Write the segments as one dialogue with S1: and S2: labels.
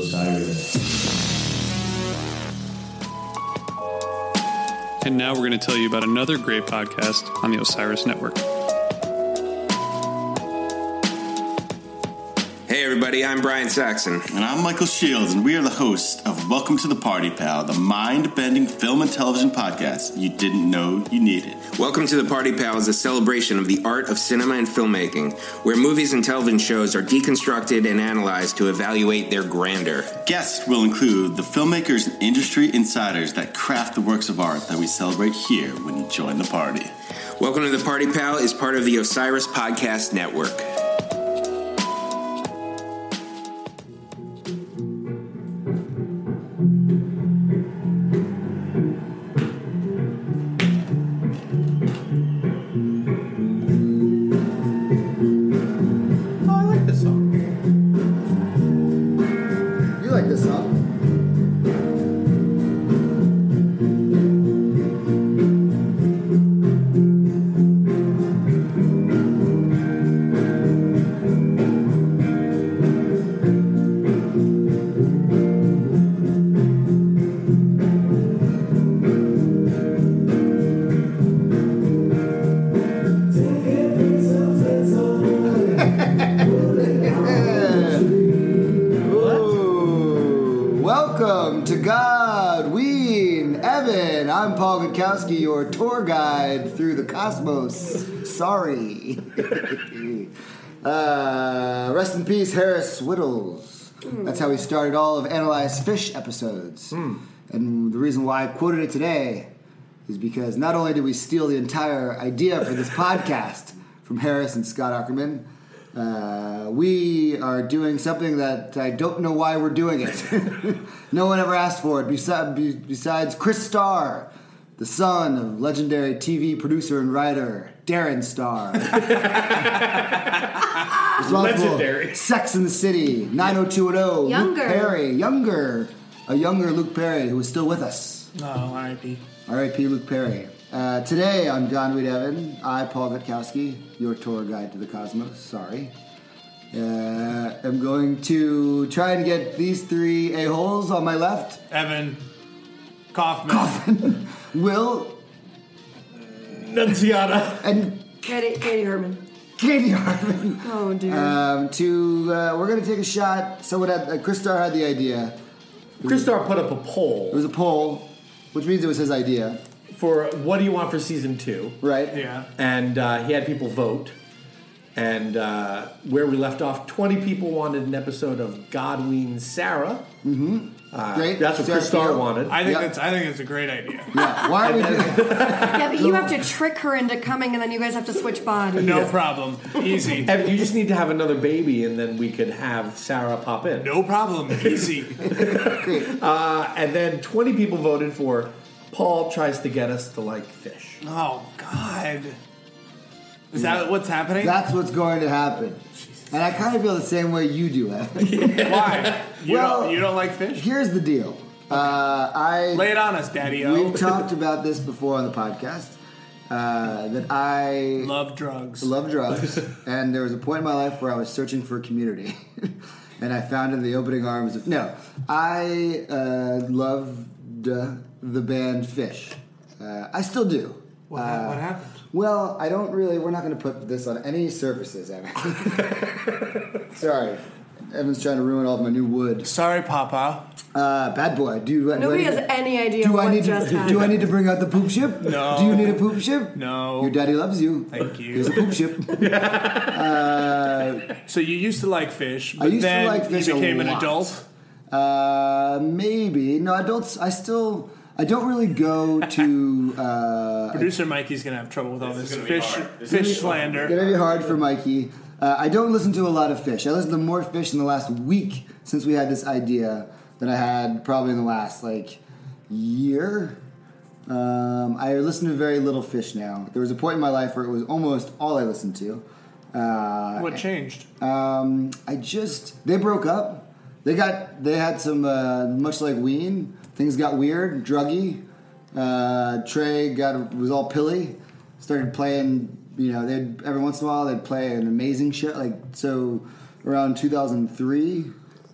S1: Osiris.
S2: And now we're going to tell you about another great podcast on the Osiris Network.
S3: Hey, everybody, I'm Brian Saxon.
S4: And I'm Michael Shields, and we are the hosts of Welcome to the Party, Pal, the mind bending film and television podcast you didn't know you needed.
S3: Welcome to The Party Pal is a celebration of the art of cinema and filmmaking, where movies and television shows are deconstructed and analyzed to evaluate their grandeur.
S4: Guests will include the filmmakers and industry insiders that craft the works of art that we celebrate here when you join the party.
S3: Welcome to The Party Pal is part of the Osiris Podcast Network.
S5: Oh, I like this song.
S6: You like this song? Ooh. Welcome to God, Ween, Evan. I'm Paul Gutkowski, your tour guide through the cosmos. Sorry. uh, rest in peace, Harris Whittles. That's how we started all of Analyze Fish episodes. And the reason why I quoted it today is because not only did we steal the entire idea for this podcast from Harris and Scott Ackerman, uh, we are doing something that I don't know why we're doing it. no one ever asked for it, besi- be- besides Chris Starr, the son of legendary TV producer and writer Darren Starr. Responsible
S7: Legendary.
S6: Sex in the City, 90210,
S8: Younger.
S6: Luke Perry, younger, a younger Luke Perry who is still with us.
S7: Oh, R.I.P.
S6: R.I.P. Luke Perry. Uh, today on Gone with Evan, I, Paul Gutkowski, your tour guide to the cosmos, sorry, uh, am going to try and get these three a-holes on my left.
S7: Evan Kaufman. Kaufman.
S6: Will
S7: Nunziata.
S6: and
S8: Katie, Katie Herman.
S6: Katie Hartman.
S8: Oh, dear.
S6: Um, to, uh, we're going to take a shot. Someone had, uh, Chris Starr had the idea.
S7: Christar put up a
S6: It
S7: poll
S6: was a poll, which means it was his idea,
S7: for what do you want for season two?
S6: right?
S2: Yeah.
S7: And uh, he had people vote. And uh, where we left off, 20 people wanted an episode of Godwin Sarah.
S6: Great.
S7: Ah, That's what Chris Starr
S6: Sarah
S7: wanted.
S9: I think
S6: Yep.
S9: that's I think it's a great idea.
S6: Yeah. Why are we doing
S8: yeah, but you have to trick her into coming, and then you guys have to switch bodies.
S9: No problem. Easy.
S7: Evan, you just need to have another baby, and then we could have Sarah pop in.
S9: No problem. Easy.
S7: Uh, and then 20 people voted for Paul tries to get us to like fish.
S9: Oh God. Is that what's happening?
S6: That's what's going to happen. And I kind of feel the same way you do, Evan.
S9: Why? You
S6: Well-
S9: don't you don't like fish?
S6: Here's the deal. Uh, I
S9: Lay it on us, Daddy O.
S6: we've talked about this before on the podcast uh, that I
S9: Love drugs.
S6: love drugs, and there was a point in my life where I was searching for a community, and I found in the opening arms of no, I uh, loved uh, the band Fish. Uh, I still do.
S9: What,
S6: uh,
S9: hap- what happened?
S6: Well, I don't really. We're not going to put this on any surfaces, Evan. Sorry, Evan's trying to ruin all of my new wood.
S9: Sorry, Papa.
S6: Uh, bad boy. Do you?
S8: Nobody
S6: do I
S8: has
S6: need to-
S8: any idea
S6: Do
S8: what
S6: I need
S8: just
S6: to?
S8: happened.
S6: Do I need to bring out the poop ship?
S9: No.
S6: Do you need a poop ship?
S9: No.
S6: Your daddy loves you.
S9: Thank you.
S6: Here's a poop ship.
S9: So you used to like fish, but
S6: used to
S9: then
S6: like fish a
S9: you became an
S6: lot.
S9: adult.
S6: Uh, maybe no. I don't. I still. I don't really go to. Uh,
S9: Producer Mikey's gonna have trouble with all this,
S4: is gonna be
S9: fish
S4: hard. This is
S9: fish slander.
S6: gonna be hard for Mikey. Uh, I don't listen to a lot of fish. I listened to more fish in the last week since we had this idea than I had probably in the last like year. Um, I listen to very little fish now. There was a point in my life where it was almost all I listened to. Uh,
S9: What changed?
S6: um, I just they broke up. They got they had some uh, much like Ween. Things got weird, druggy. Uh, Trey got was all pilly. Started playing. You know, they'd every once in a while they'd play an amazing show. Like so, around 2003,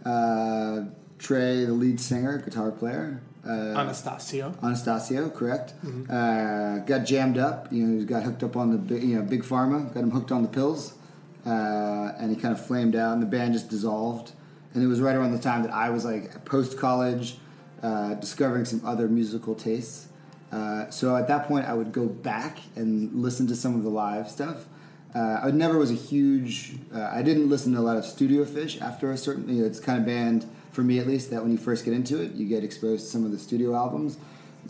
S6: uh, Uh, Trey, the lead singer, guitar player. Uh,
S9: Anastasio.
S6: Anastasio, correct? Uh, got jammed up. You know, he got hooked up on the bi- you know big pharma. Got him hooked on the pills, uh, and he kind of flamed out, and the band just dissolved. And it was right around the time that I was like post college, uh, discovering some other musical tastes. Uh, so at that point, I would go back and listen to some of the live stuff. Uh, I never was a huge. Uh, I didn't listen to a lot of Studio Fish after a certain. You know, it's kind of band for me at least that when you first get into it, you get exposed to some of the studio albums.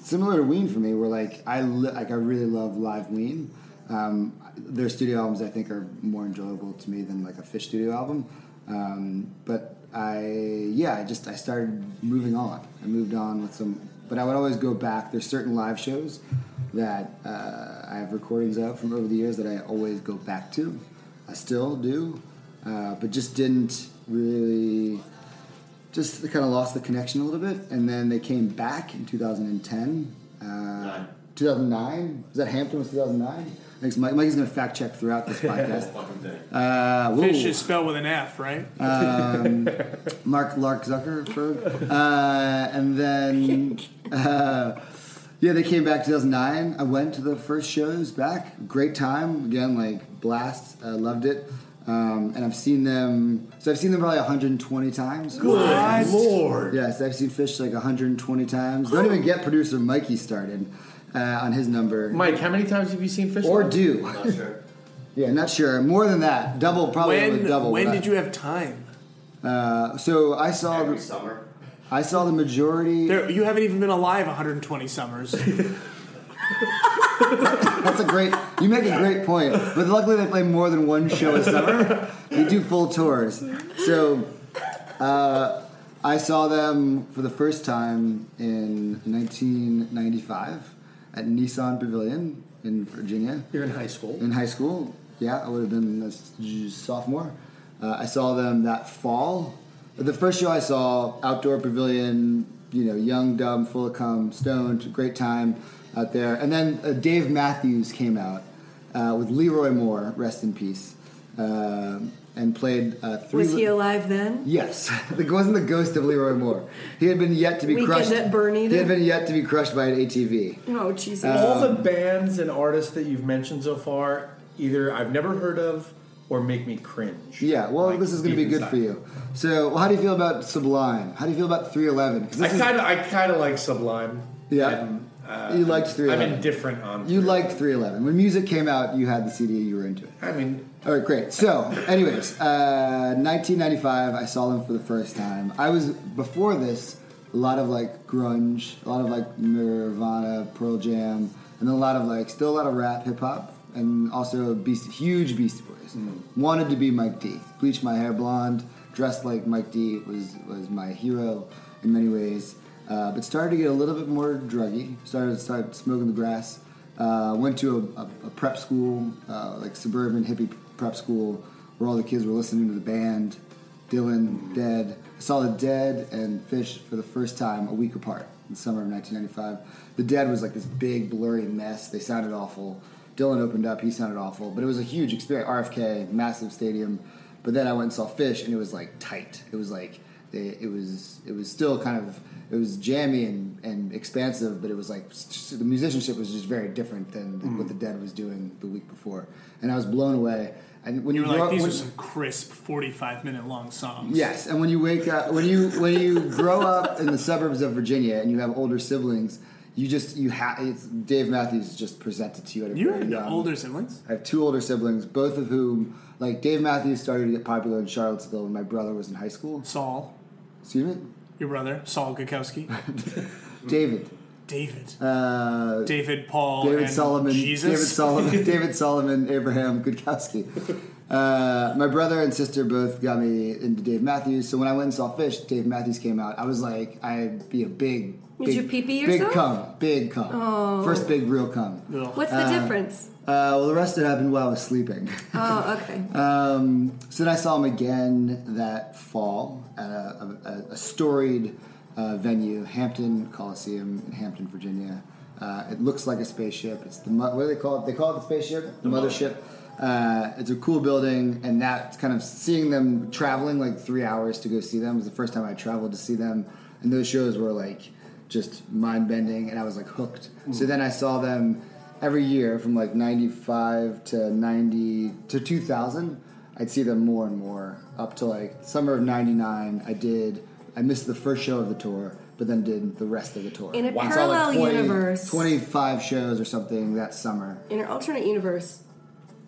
S6: Similar to Ween for me, where like I li- like I really love live Ween. Um, their studio albums I think are more enjoyable to me than like a Fish studio album. Um, but I yeah, I just I started moving on. I moved on with some, but I would always go back. There's certain live shows that uh, I have recordings of from over the years that I always go back to. I still do, uh, but just didn't really. Just kind of lost the connection a little bit, and then they came back in 2010. Uh, 2009 is that Hampton was 2009? Thanks, Mike. Mike's gonna fact check throughout this podcast. uh, whoa.
S9: Fish is spelled with an F, right?
S6: Uh, Mark Lark Zuckerberg. uh, and then, uh, yeah, they came back 2009. I went to the first shows back. Great time. Again, like, blast. I loved it. Um, and I've seen them, so I've seen them probably 120 times.
S7: Good lord.
S6: Yes, I've seen Fish like 120 times. Don't even get producer Mikey started uh, on his number.
S7: Mike, how many times have you seen Fish?
S6: or do. Not sure. yeah, not sure. More than that. Double, probably
S9: When
S6: double.
S9: when
S6: what I-
S9: did you have time?
S6: So I saw.
S1: Every summer.
S6: I saw the majority.
S9: There, you haven't even been alive 120 summers.
S6: That's a great. You make a great point. But luckily, they play more than one show a summer. They do full tours. So, uh, I saw them for the first time in 1995 at Nissan Pavilion in Virginia
S7: You're in high school.
S6: in high school. Yeah, I would have been a s- sophomore. Uh, I saw them that fall. The first show I saw, outdoor pavilion. You know, young, dumb, full of cum, stoned. Great time out there. And then uh, Dave Matthews came out uh, with Leroy Moore, rest in peace, uh, and played uh, three.
S8: Was he alive then?
S6: Yes, it wasn't the ghost of Leroy Moore. He had been yet to be
S8: Weekend
S6: crushed.
S8: at Bernie
S6: He had
S8: did.
S6: been yet to be crushed by an ATV.
S8: Oh Jesus!
S6: Uh,
S7: All the bands and artists that you've mentioned so far, either I've never heard of or make me cringe.
S6: Yeah, well,
S7: Like,
S6: this is going to be
S7: deep
S6: good
S7: inside.
S6: for you. So, well, how do you feel about Sublime? How do you feel about 311? 'Cause
S7: I
S6: this is-
S7: kind of, I kind of like Sublime.
S6: Yeah.
S7: and, uh,
S6: You liked
S7: I'm
S6: 311.
S7: indifferent on.
S6: you liked 311. When music came out, you had the CD, you were into it.
S7: I mean,
S6: All right, great. So, anyways, uh, 1995, I saw them for the first time. I was before this a lot of like grunge, a lot of like Nirvana, Pearl Jam, and then a lot of like still a lot of rap, hip hop, and also Beast, huge Beastie Boys. Wanted to be Mike D. Bleached my hair blonde, dressed like Mike D. was was my hero in many ways. Uh, but started to get a little bit more druggy. Started started smoking the grass. Uh, went to a, a, a prep school, uh, like suburban hippie prep school, where all the kids were listening to the band, Dylan, Dead. I saw the Dead and Fish for the first time a week apart in the summer of 1995. The Dead was like this big blurry mess. They sounded awful. Dylan opened up. He sounded awful, but it was a huge experience. RFK, massive stadium. But then I went and saw Fish, and it was like tight. It was like it, it was it was still kind of it was jammy and, and expansive, but it was like s- s- the musicianship was just very different than what the
S9: Mm.
S6: Dead was doing the week before, and I was blown away. And when you,
S9: You were
S6: grow
S9: like,
S6: up-
S9: these are
S6: when-
S9: some crisp 45 minute long songs.
S6: Yes, and when you wake up, when you when you grow up in the suburbs of Virginia and you have older siblings, you just you have Dave Matthews is just presented to you at a
S9: You
S6: very
S9: had
S6: young.
S9: older siblings?
S6: I have two older siblings, both of whom like Dave Matthews started to get popular in Charlottesville when my brother was in high school.
S9: Saul,
S6: Excuse me,
S9: your brother, Saul Gukowski,
S6: David.
S9: David,
S6: Uh,
S9: David Paul,
S6: David
S9: and
S6: Solomon,
S9: Jesus.
S6: David Solomon, David Solomon, Abraham Gudkowski. Uh, my brother and sister both got me into Dave Matthews. So when I went and saw Fish, Dave Matthews came out. I was like, I'd be a big,
S8: Did
S6: big,
S8: you pee-pee
S6: big
S8: yourself? Oh.
S6: cum, big cum, first big real cum. Uh,
S8: What's the difference?
S6: well, the rest of it happened while I was sleeping.
S8: Oh, okay.
S6: Um, so then I saw him again that fall at a, a, a storied uh, venue, Hampton Coliseum in Hampton, Virginia. Uh, it looks like a spaceship. It's the mo- what do they call it? They call it the spaceship, the mothership. Uh, it's a cool building, and that kind of seeing them traveling like three hours to go see them was the first time I traveled to see them, and those shows were like just mind bending, and I was like hooked. So then I saw them every year from like '95 to '90 to 2000. I'd see them more and more up to like summer of '99. I did. I missed the first show of the tour, but then did the rest of the tour.
S8: In a
S7: Wow, it's all like
S8: parallel
S6: 20
S8: universe,
S6: 25 shows or something that summer.
S8: in an alternate universe,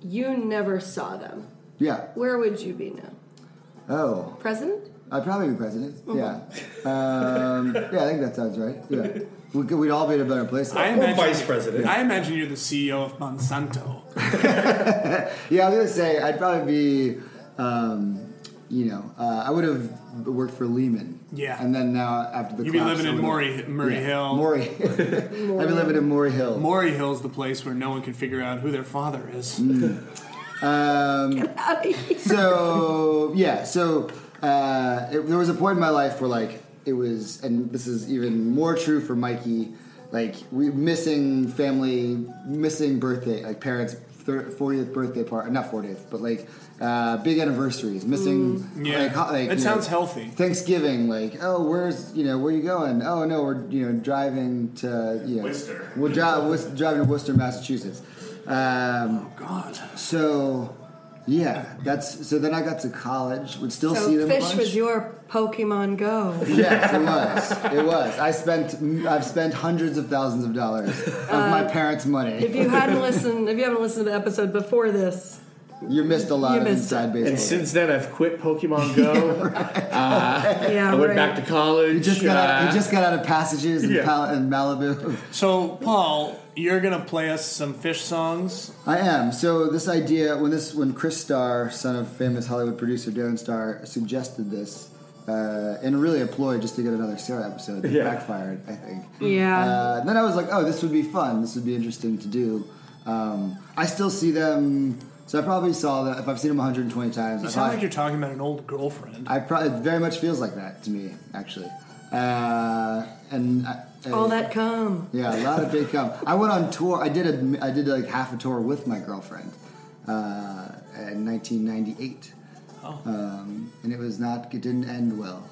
S8: you never saw them.
S6: Yeah.
S8: Where would you be now?
S6: Oh,
S8: President?
S6: I'd probably be president.
S9: Mm-hmm.
S6: Yeah. Um, yeah, I think that sounds right. Yeah. We could, we'd all be in a better place.
S9: I
S7: Or
S9: imagine,
S7: vice president.
S9: I imagine you're the CEO of Monsanto.
S6: yeah, I was going to say, I'd probably be, um, you know, uh, I would have worked for Lehman.
S9: Yeah.
S6: And then now after the
S9: You'd be
S6: collapse,
S9: living
S6: I
S9: in
S6: would've-
S9: Murray, Murray
S6: Yeah,
S9: Hill.
S6: Maury. I'd be living in Maury Hill.
S9: Maury Hill's the place where no one can figure out who their father is.
S6: Mm.
S8: Uh,
S6: so yeah, so uh, it, there was a point in my life where like it was, and this is even more true for Mikey. Like we missing family, missing birthday, like parents' fortieth birthday party, not fortieth, but like uh, big anniversaries, missing.
S9: Mm, yeah.
S6: like, ho- like
S9: That
S6: you
S9: sounds healthy.
S6: Thanksgiving, like oh, where's you know where you going? Oh no, we're you know driving to you know,
S4: Worcester.
S6: We're dri- Wor- driving to Worcester, Massachusetts. Um,
S9: oh, God.
S6: so, yeah, that's so. Then I got to college. Would still see
S8: So
S6: them.
S8: fish
S6: a bunch.
S8: was your Pokemon Go.
S6: Yes, it was. It was. I spent. I've spent hundreds of thousands of dollars of my parents'
S8: Uh, If
S6: money.
S8: you hadn't listened, if you haven't listened to the episode before this,
S6: You missed a lot
S8: you
S6: of
S8: missed
S6: inside
S8: it.
S6: baseball.
S7: And since then, I've quit Pokemon Go.
S8: yeah,
S7: I went
S8: right.
S7: back to college.
S6: he just got out.
S7: uh,
S6: He just got out of passages in,
S7: Yeah.
S6: Pal- in Malibu.
S9: So, Paul, you're going to play us some fish songs.
S6: I am. So this idea, when this, when Chris Starr, son of famous Hollywood producer Darren Starr, suggested this, uh, and really a ploy just to get another Sarah episode that
S7: Yeah.
S6: backfired, I think.
S8: Yeah.
S6: Uh, then I was like, oh, this would be fun. This would be interesting to do. Um, I still see them, so I probably saw that if I've seen them 120 times.
S9: You
S6: I
S9: sound
S6: probably-
S9: like you're talking about an old girlfriend.
S6: Uh-huh. I probably it very much feels like that to me, actually. Uh, and I, I-
S8: all that come.
S6: yeah, a lot of big come. I went on tour. I did a, I did like half a tour with my girlfriend uh, in 1998. Um, and it was not. It didn't end well.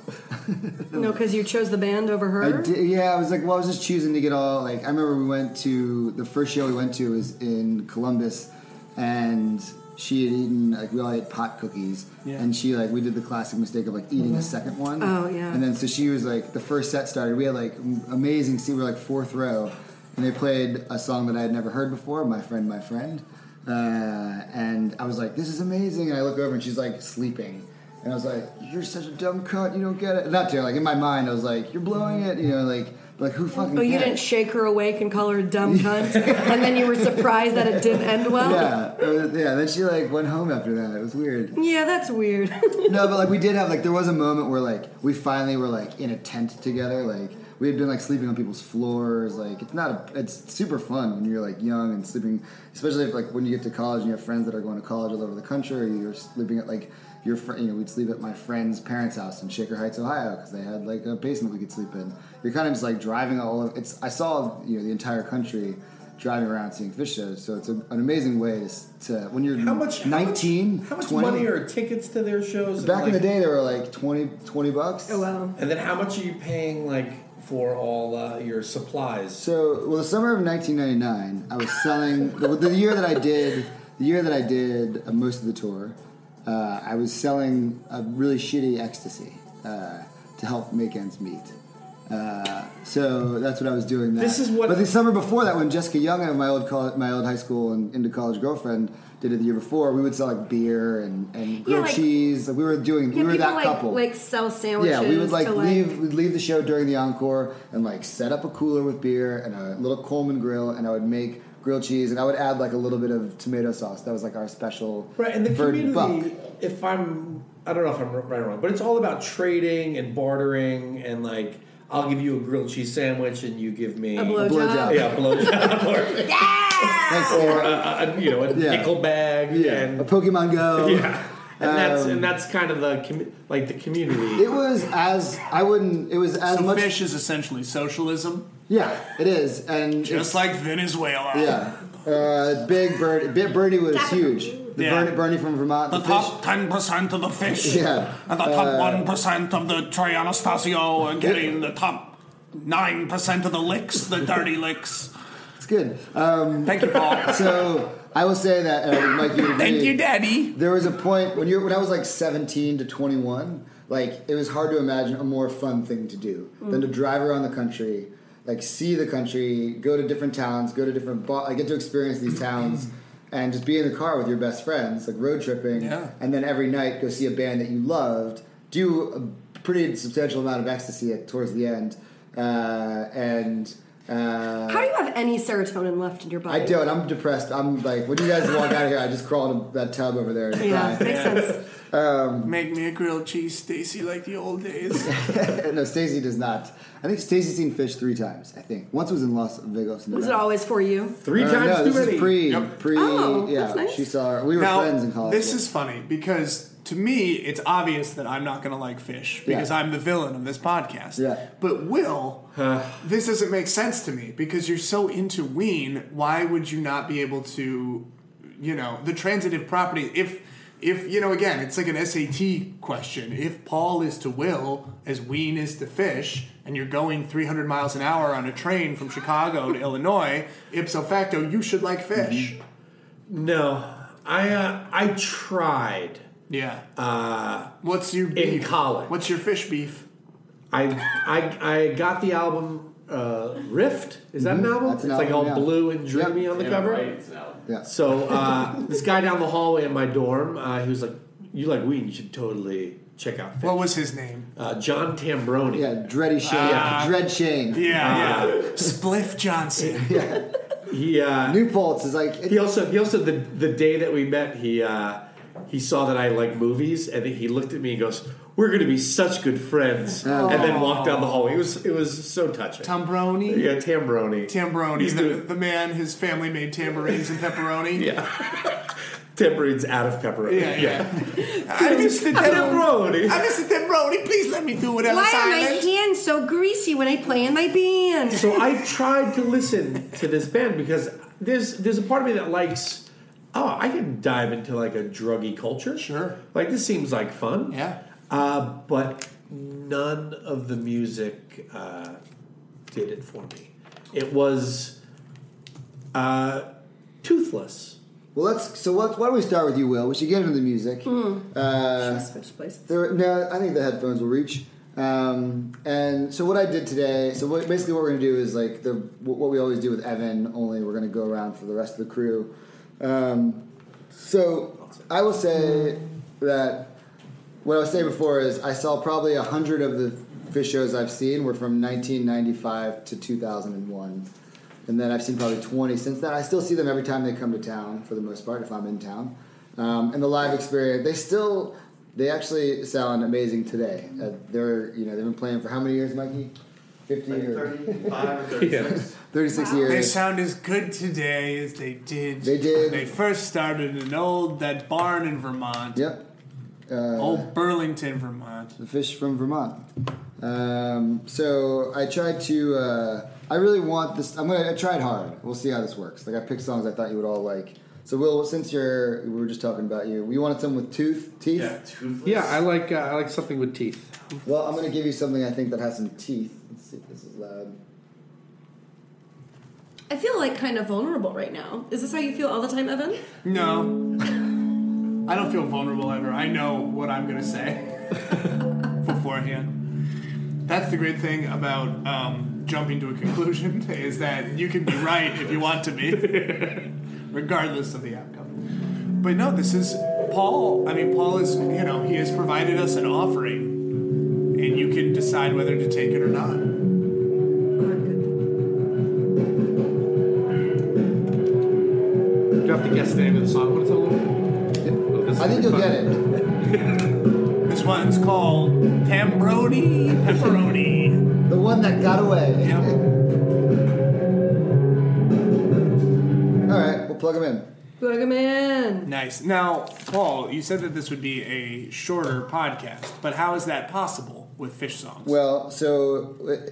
S8: No, because you chose the band over her.
S6: I did, yeah, I was like, well, I was just choosing to get all like. I remember we went to the first show we went to was in Columbus, and she had eaten like we all ate pot cookies,
S9: Yeah.
S6: and she like we did the classic mistake of like eating a second one.
S8: Oh, yeah.
S6: And then so she was like the first set started. We had like m- amazing. See, we were like fourth row, and they played a song that I had never heard before. My friend, my friend. Uh, and I was like, this is amazing. And I look over and she's like sleeping. And I was like, you're such a dumb cunt. You don't get it. Not to her, like in my mind, I was like, you're blowing it. You know, like, like who fucking
S8: Oh, you
S6: cares?
S8: didn't shake her awake and call her a dumb cunt, and then you were surprised that it didn't end well.
S6: yeah, it was- yeah. Then she like went home after that. It was weird.
S8: Yeah, that's weird.
S6: No, but like we did have like there was a moment where like we finally were like in a tent together. Like we had been like sleeping on people's floors. Like it's not a, it's super fun when you're like young and sleeping, especially if like when you get to college and you have friends that are going to college all over the country. Or you're sleeping at like your friend. You know, we'd sleep at my friend's parents' house in Shaker Heights, Ohio, because they had like a basement we could sleep in. You're kind of just like driving all of it's. I saw you know the entire country. Driving around seeing fish shows, so it's a, an amazing way to, s- to when you're
S7: how much? how much-
S6: 19,
S7: How much
S6: 20?
S7: money are tickets to their shows? and,
S6: Back in the
S7: like-
S6: day, they were like 20, 20 bucks.
S8: oh well.
S7: And then how much are you paying like for all uh, your supplies?
S6: So, well, the summer of 1999, I was selling the, the year that I did the year that I did uh, most of the tour. Uh, I was selling a really shitty ecstasy uh, to help make ends meet. Uh, so that's what I was doing. That.
S7: This is what-
S6: But the summer before that, when Jessica Young and my old col my old high school and into college girlfriend did it the year before, we would sell like beer and, and grilled
S8: like-
S6: cheese. Like, we were doing
S8: Yeah,
S6: we were
S8: people
S6: that
S8: like
S6: couple.
S8: like sell sandwiches.
S6: Yeah, we would like
S8: to,
S6: leave we'd leave the show during the encore and like set up a cooler with beer and a little Coleman grill, and I would make grilled cheese, and I would add like a little bit of tomato sauce. That was like our special
S7: Right, and the
S6: for
S7: community.
S6: buck.
S7: If I'm, I don't know if I'm right or wrong, but it's all about trading and bartering and like. I'll give you a grilled cheese sandwich, and you give me
S8: A
S6: blowjob.
S8: blowjob.
S7: yeah, a blowjob, or,
S6: Thanks.
S7: or a, a, Uh, you know a
S6: Yeah.
S7: nickel bag,
S6: a
S7: and
S6: Pokemon Go.
S7: yeah, and that's
S6: Um,
S7: and that's kind of the commu- like the community.
S6: It was as I wouldn't. It was as
S9: So
S6: much.
S9: fish is essentially socialism,
S6: Yeah, it is, and
S9: just
S6: it's-
S9: like Venezuela.
S6: yeah. Uh, Big Bird, Big Birdie was huge. The
S9: Yeah.
S6: Bernie, Bernie from Vermont.
S9: The
S6: the fish-
S9: top ten percent of the fish,
S6: Yeah.
S9: and the top
S6: Uh,
S9: one percent of the Trianastasio are getting the top nine percent of the licks, the dirty licks.
S6: It's good. Um,
S9: Thank you, Paul.
S6: so I will say that, uh, Mike, you would
S9: Thank
S6: agree.
S9: you, Daddy.
S6: There was a point when you when I was like 17 to 21, like it was hard to imagine a more fun thing to do than to drive around the country, like see the country, go to different towns, go to different ba- like get to experience these towns and just be in the car with your best friends, like road tripping
S9: Yeah.
S6: and then every night go see a band that you loved, do a pretty substantial amount of ecstasy at, towards the end. Uh, and uh,
S8: How do you have any serotonin left in your
S6: I
S8: body?
S6: don't. I'm depressed. I'm like, when you guys walk out of here, I just crawl into that tub over there and
S8: Yeah,
S6: cry.
S8: makes sense.
S9: Make me a grilled cheese, Stacy, like the old days.
S6: no, Stacey does not. I think Stacey's seen Fish three times. I think once was in Las Vegas.
S8: Was it always for you?
S7: Three
S6: Uh,
S7: times
S6: no,
S7: too
S6: this is
S7: many.
S6: pre,
S7: Yep.
S6: pre.
S8: Oh,
S6: yeah,
S8: that's nice.
S6: she saw her. We were
S9: Now,
S6: friends in college.
S9: this
S6: yeah.
S9: is funny because to me it's obvious that I'm not going to like fish
S6: Yeah.
S9: because I'm the villain of this podcast.
S6: Yeah.
S9: But Will, this doesn't make sense to me because you're so into Ween. Why would you not be able to, you know, the transitive property? If if you know, again, it's like an SAT question. If Paul is to Will as Ween is to fish. And you're going 300 miles an hour on a train from Chicago to Illinois, ipso facto, you should like
S6: Mm-hmm.
S9: fish.
S7: No, I uh, I tried.
S9: Yeah. Uh, what's your beef?
S7: in college.
S9: What's your fish beef?
S7: I I I got the album uh, Rift. Is that an album?
S6: Mm-hmm. That's an
S7: it's like all
S6: album, yeah.
S7: blue and dreamy on the cover.
S6: Yeah.
S7: So uh, this guy down the hallway in my dorm, uh, he was like, "You like weed? You should totally check out." Fish."
S9: What was his name?
S7: uh, John Tambroni?
S6: yeah, Dreddy Shane. Dread Shane.
S9: Ah. Yeah,
S7: Uh,
S9: yeah. Spliff Johnson.
S7: He uh,
S6: New Paltz is like, it-
S7: he also he also the the day that we met he uh, he saw that I like movies and he looked at me and goes. We're going to be such good friends, and then walked down the hallway. It was it was so touching.
S9: Tambroni.
S7: yeah, Tambroni.
S9: Tambroni,
S7: He's
S9: the,
S7: doing-
S9: the man his family made tambourines and pepperoni.
S7: Tambourine's out of pepperoni.
S9: Yeah, yeah.
S7: I miss the pepperoni.
S9: I miss the tambroni. Please let me do whatever
S8: Why are my
S9: silence.
S8: hands so greasy when I play in my band?
S7: So I tried to listen to this band because there's there's a part of me that likes oh I can dive into like a druggy culture.
S9: Sure.
S7: Like this seems like fun.
S9: Yeah.
S7: Uh, but none of the music uh, did it for me. It was uh, toothless.
S6: well, let's. So what, why don't we start with you, Will? We should get into the music.
S8: Hmm. Switch place.
S6: There, no, I think the headphones will reach. Um, and so what I did today, so what, basically what we're gonna do is like the what we always do with Evan. Only we're gonna go around for the rest of the crew. Um, so I will say that what I was saying before is I saw probably a hundred of the fish shows I've seen were from 1995 to 2001, and then I've seen probably 20 since then. I still see them every time they come to town for the most part if I'm in town. Um, and the live experience, they still they actually sound amazing today. Uh, they're you know they've been playing for how many years, Mikey? 50 or
S5: 35 or 36.
S6: 36 years.
S9: They sound as good today as they did.
S6: They did.
S9: when They first started in old that barn in Vermont.
S6: Yep.
S9: Old Burlington, Vermont.
S6: the fish from Vermont. Um, so I tried to. Uh, I really want this. I'm gonna. I tried hard. We'll see how this works. Like I picked songs I thought you would all like. So Will, since you're, we were just talking about you. You wanted something with tooth, teeth.
S5: Yeah, toothless.
S1: Yeah, I like uh, I like something with teeth.
S6: Well, I'm gonna give you something I think that has some teeth. Let's see if this is loud.
S8: I feel like kind of vulnerable right now. Is this how you feel all the time, Evan?
S9: No. I don't feel vulnerable ever. I know what I'm going to say beforehand. That's the great thing about um, jumping to a conclusion is that you can be right if you want to be, regardless of the outcome. But no, this is Paul. I mean, Paul is, you know, he has provided us an offering, and you can decide whether to take it or not.
S1: Do you have to guess the name of the song when it's all over? Oh, this is
S6: I think you'll
S1: gonna be
S6: get
S1: fun.
S6: it.
S9: This one's called Tambroni Pepperoni.
S6: The one that got away.
S9: Yep.
S6: all right, we'll plug them in.
S8: Plug 'em in.
S9: Nice. Now, Paul, you said that this would be a shorter podcast, but how is that possible with fish songs?
S6: Well, so uh,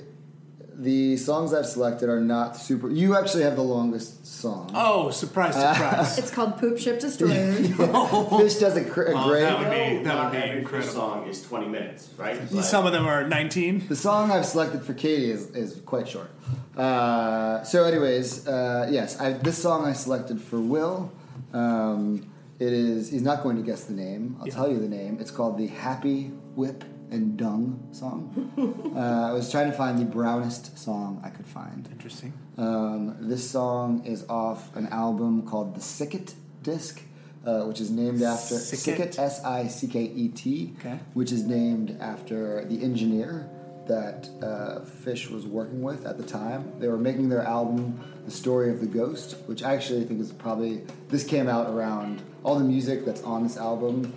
S6: the songs I've selected are not super. You actually have the longest song.
S9: Oh, surprise, surprise.
S8: It's called Poop Ship Destroyer.
S6: Fish does a, cr- a
S9: Oh,
S6: great.
S9: that would be that would
S5: Not
S9: be
S5: every
S9: incredible.
S5: song is 20 minutes, right?
S9: Some of them are 19.
S6: The song I've selected for Katie is, is quite short. Uh, so, anyways, uh, yes, I, this song I selected for Will. Um, it is. He's not going to guess the name. I'll tell you the name. It's called the Happy Whip and Dung song. uh, I was trying to find the brownest song I could find.
S9: Interesting.
S6: Um, this song is off an album called the Sicket Disc, uh, which is named after
S9: Sicket?
S6: Sicket S I C K E T,
S9: Okay.
S6: which is named after the engineer that uh, Fish was working with at the time. They were making their album, The Story of the Ghost, which I actually think is probably this came out around all the music that's on this album.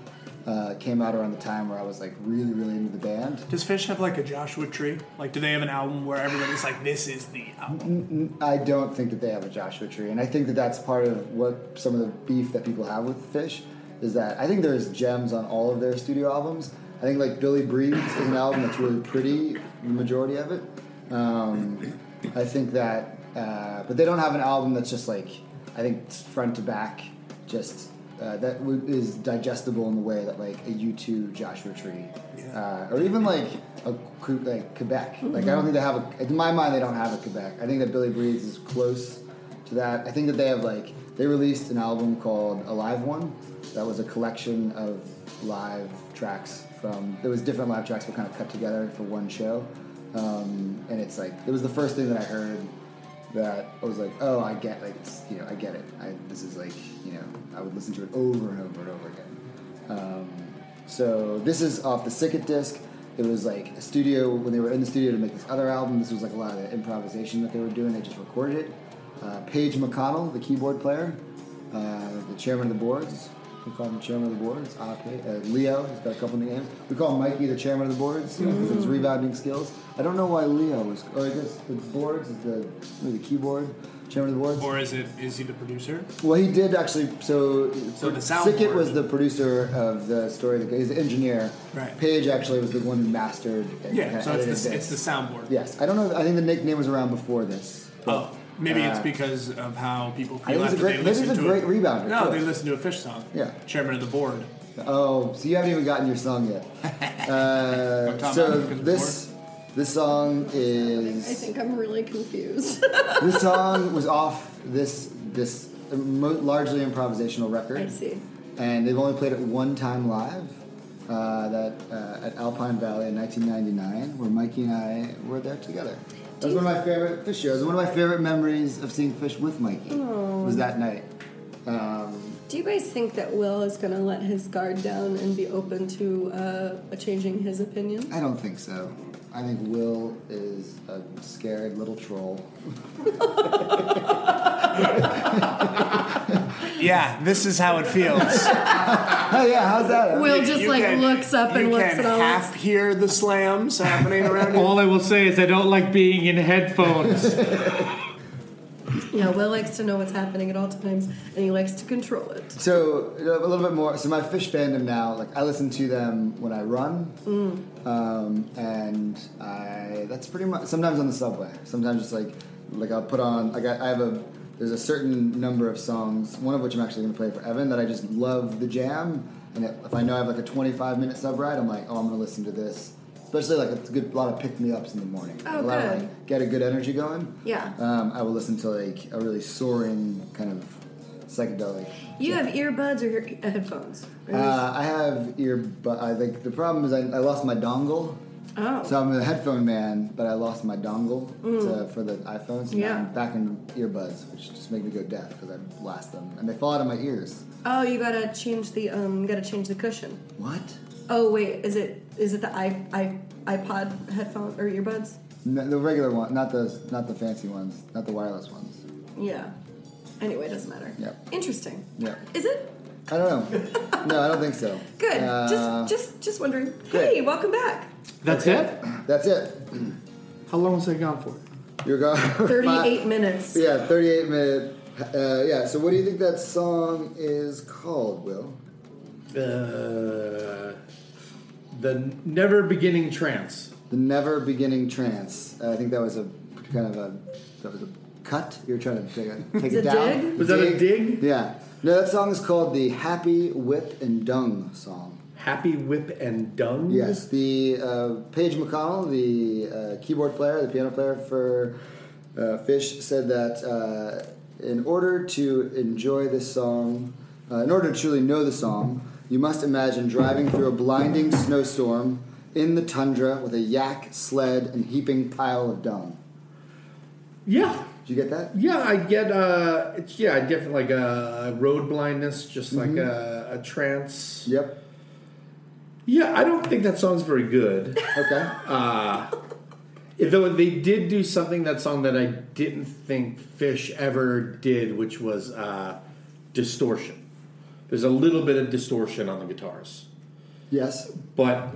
S6: Uh, came out around the time where I was like really, really into the band.
S9: Does Fish have like a Joshua tree? Like, do they have an album where everybody's like, this is the album?
S6: I don't think that they have a Joshua tree, and I think that that's part of what some of the beef that people have with Fish is that I think there's gems on all of their studio albums. I think like Billy Breeds is an album that's really pretty, the majority of it. Um, I think that, uh, but they don't have an album that's just like I think front to back, just uh, that w- is digestible in the way that like a U two Joshua Tree, uh, or even like a Q- like Quebec. Like I don't think they have a. In my mind, they don't have a Quebec. I think that Billy Breeze is close to that. I think that they have like they released an album called A Live One, that was a collection of live tracks from. There was different live tracks, but kind of cut together for one show. Um, and it's like it was the first thing that I heard that I was like, oh, I get, like, it's, you know, I get it. I, this is like, you know, I would listen to it over and over and over again. Um, so this is off the Sicket disc. It was like a studio when they were in the studio to make this other album. This was like a lot of the improvisation that they were doing. They just recorded it. Uh, Paige McConnell, the keyboard player, uh, the chairman of the boards. We call him chairman of the boards. Ah, Pa- Uh, Leo, he's got a couple names. We call him Mikey, the chairman of the boards, because of his rebounding skills. I don't know why Leo was, or I guess the boards is the maybe the keyboard chairman of the boards.
S9: Or is it is he the producer?
S6: Well, he did actually. So,
S9: So the
S6: Sickett
S9: soundboard-
S6: was the producer of the story. That, he's the engineer.
S9: Right.
S6: Page actually was the one who mastered. And
S9: Yeah,
S6: kinda
S9: so it's the,
S6: edited
S9: it's the
S6: this.
S9: soundboard.
S6: Yes, I don't know. I think the nickname was around before this.
S9: Oh, maybe it's because of how people
S6: Uh, I think
S9: feel
S6: it's a
S9: after
S6: great-
S9: they
S6: this
S9: listen
S6: is a
S9: to
S6: great
S9: it.
S6: rebounder,
S9: No,
S6: too.
S9: they listen to a Fish song.
S6: Yeah.
S9: Chairman of the board.
S6: Oh, so you haven't even gotten your song yet. Uh,
S9: Or Tom
S6: so
S9: Africa's
S6: this this song
S8: I
S6: is
S8: think I'm really confused.
S6: this song was off this this mo- largely improvisational record.
S8: I see.
S6: and they've only played it one time live. Uh, that uh, at Alpine Valley in 1999, where Mikey and I were there together. That was one of my favorite fish shows. One of my favorite memories of seeing fish with Mikey was that night.
S8: Do you guys think that Will is going to let his guard down and be open to uh, changing his opinion?
S6: I don't think so. I think Will is a scared little troll.
S9: board. Yeah, this is how it feels.
S6: Oh yeah, how's that?
S8: Will just
S9: You
S8: like
S9: can-
S8: looks up and
S9: you
S8: looks
S9: can
S8: at all.
S9: half hear the slams happening around you.
S7: All I will say is I don't like being in headphones.
S8: Yeah, Will likes to know what's happening at all times, and he likes to control it.
S6: So you know, a little bit more. So my fish fandom now, like I listen to them when I run,
S8: Mm.
S6: um, and I that's pretty much sometimes on the subway. Sometimes just like like I'll put on like I, I have a there's a certain number of songs, one of which I'm actually going to play for Evan that I just love the jam, and if if I know I have like a 25 minute sub ride, I'm like oh I'm going to listen to this. Especially like it's a good lot of pick me ups in the morning.
S8: Oh,
S6: a lot of
S8: good.
S6: like get a good energy going.
S8: Yeah.
S6: Um, I will listen to like a really soaring kind of psychedelic
S8: You have earbuds or your- uh, headphones? Or
S6: uh, I have ear, but I think the problem is I, I lost my dongle.
S8: Oh.
S6: So I'm a headphone man, but I lost my dongle to, for the iPhones. and
S8: Mm. Yeah.
S6: I'm back in earbuds, which just make me go deaf because I blast them, and they fall out of my ears.
S8: oh, you gotta change the um, you gotta change the cushion.
S6: What?
S8: Oh wait, is it is it the i i iPod headphone or earbuds?
S6: No, the regular one, not the not the fancy ones, not the wireless ones.
S8: Yeah. Anyway, it doesn't matter.
S6: Yep.
S8: Interesting.
S6: Yep.
S8: Is it
S6: I don't know. no, I don't think so.
S8: good?
S6: Uh,
S8: just just just wondering.
S6: good.
S8: Hey, welcome back.
S7: That's it?
S6: that's it.
S7: How long was that gone for?
S6: You're gone.
S8: Thirty-eight minutes.
S6: Yeah, 38 minute. Uh, yeah. So what do you think that song is called, Will?
S7: Uh, the Never Beginning Trance.
S6: The Never Beginning Trance. Uh, I think that was a kind of a, that was a cut. You're trying to take, a, take
S8: It's
S6: it
S8: a
S6: down.
S8: dig?
S7: Was that a dig?
S6: Yeah. No, that song is called the Happy Whip and Dung song.
S7: Happy Whip and Dung?
S6: Yes, the uh, Paige McConnell, the uh, keyboard player, the piano player for uh, Fish, said that uh, in order to enjoy this song, uh, in order to truly know the song, you must imagine driving through a blinding snowstorm in the tundra with a yak sled and heaping pile of dung.
S7: Yeah.
S6: Did you get that?
S7: Yeah, I get uh it's yeah, I get like a road blindness, just like uh, a, a trance.
S6: Yep.
S7: Yeah, I don't think that song's very good.
S6: Okay.
S7: Though they did do something that song that I didn't think Fish ever did, which was uh, distortion. There's a little bit of distortion on the guitars,
S6: yes.
S7: but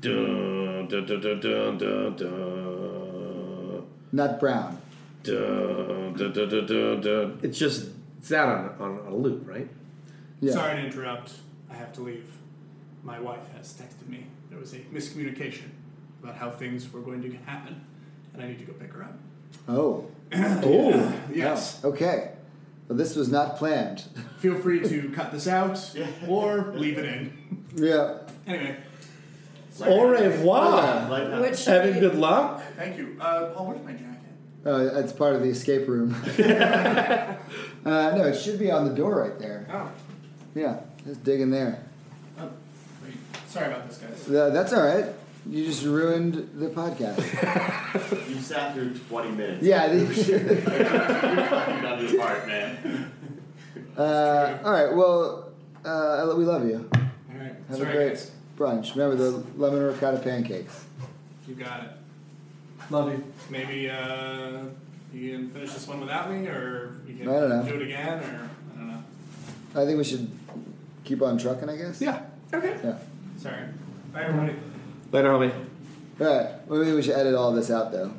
S7: dun, dun, dun, dun, dun, dun, dun,
S6: Not brown.
S7: dun, dun, dun, dun, dun, dun. it's just it's that on, on a loop, right?
S6: Yeah.
S9: Sorry to interrupt. I have to leave. My wife has texted me. There was a miscommunication about how things were going to happen, and I need to go pick her up.
S6: Oh.
S7: Oh,
S9: Yes.
S6: Okay. Well, this was not planned.
S9: Feel free to cut this out or leave it in.
S6: yeah.
S9: Anyway,
S7: au revoir.
S8: Which
S7: Having good luck.
S9: thank you. Uh, Paul, where's my jacket?
S6: Uh, it's part of the escape room. uh, no, it should be on the door right there.
S9: Oh,
S6: Yeah, just dig in there.
S9: oh wait. Sorry about this, guys.
S6: Th- that's all right. You just ruined the podcast.
S5: You sat through 20 minutes.
S6: yeah. the-
S5: You're not doing part, man.
S6: uh, all right. Well, uh, I lo- we love you.
S9: All right.
S6: Have
S9: Sorry,
S6: a great
S9: guys.
S6: brunch. Remember the lemon ricotta pancakes.
S9: You got it.
S7: Love you.
S9: Maybe uh, you can finish this one without me, or you can
S6: I don't know.
S9: do it again, or I don't know.
S6: I think we should keep on trucking. I guess.
S9: Yeah. Okay.
S6: Yeah.
S9: Sorry. Bye, everybody.
S7: Later, homie.
S6: All right. Well, maybe we should edit all this out though,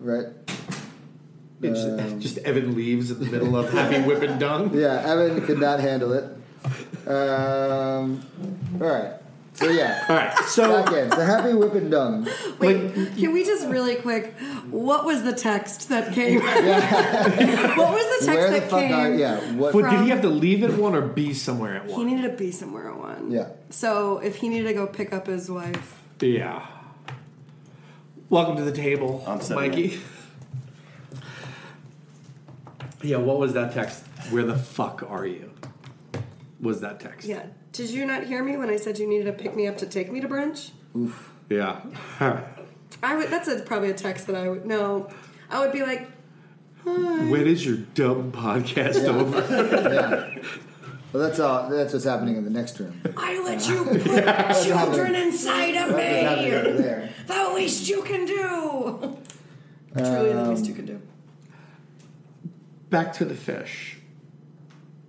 S6: right?
S7: It's just Evan leaves in the middle of Happy Whip and Dung.
S6: Yeah, Evan could not handle it. Um, all right. So yeah.
S7: All right, so
S6: Back in. The happy whip and dung.
S8: Wait, can we just really quick? What was the text that came? what was the text
S6: Where the
S8: that
S6: fuck
S8: came?
S6: are yeah? What?
S7: But did
S8: From-
S7: he have to leave at one or be somewhere at
S8: He
S7: one?
S8: needed to be somewhere at one.
S6: Yeah.
S8: So if he needed to go pick up his wife,
S7: Yeah. Welcome to the table,
S4: I'm setting
S7: Mikey. Yeah, what was that text? Where the fuck are you? Was that text?
S8: yeah. Did you not hear me when I said you needed to pick me up to take me to brunch?
S7: Yeah.
S8: I would. That's a, probably a text that I would. No, I would be like,
S7: when is your dumb podcast over?
S6: Well, that's all. That's what's happening in the next room.
S8: I let you put children inside
S6: That's
S8: of
S6: what's happening over
S8: me.
S6: there.
S8: The least you can do.
S6: Um,
S8: Truly, the least you can do.
S7: Back to the fish.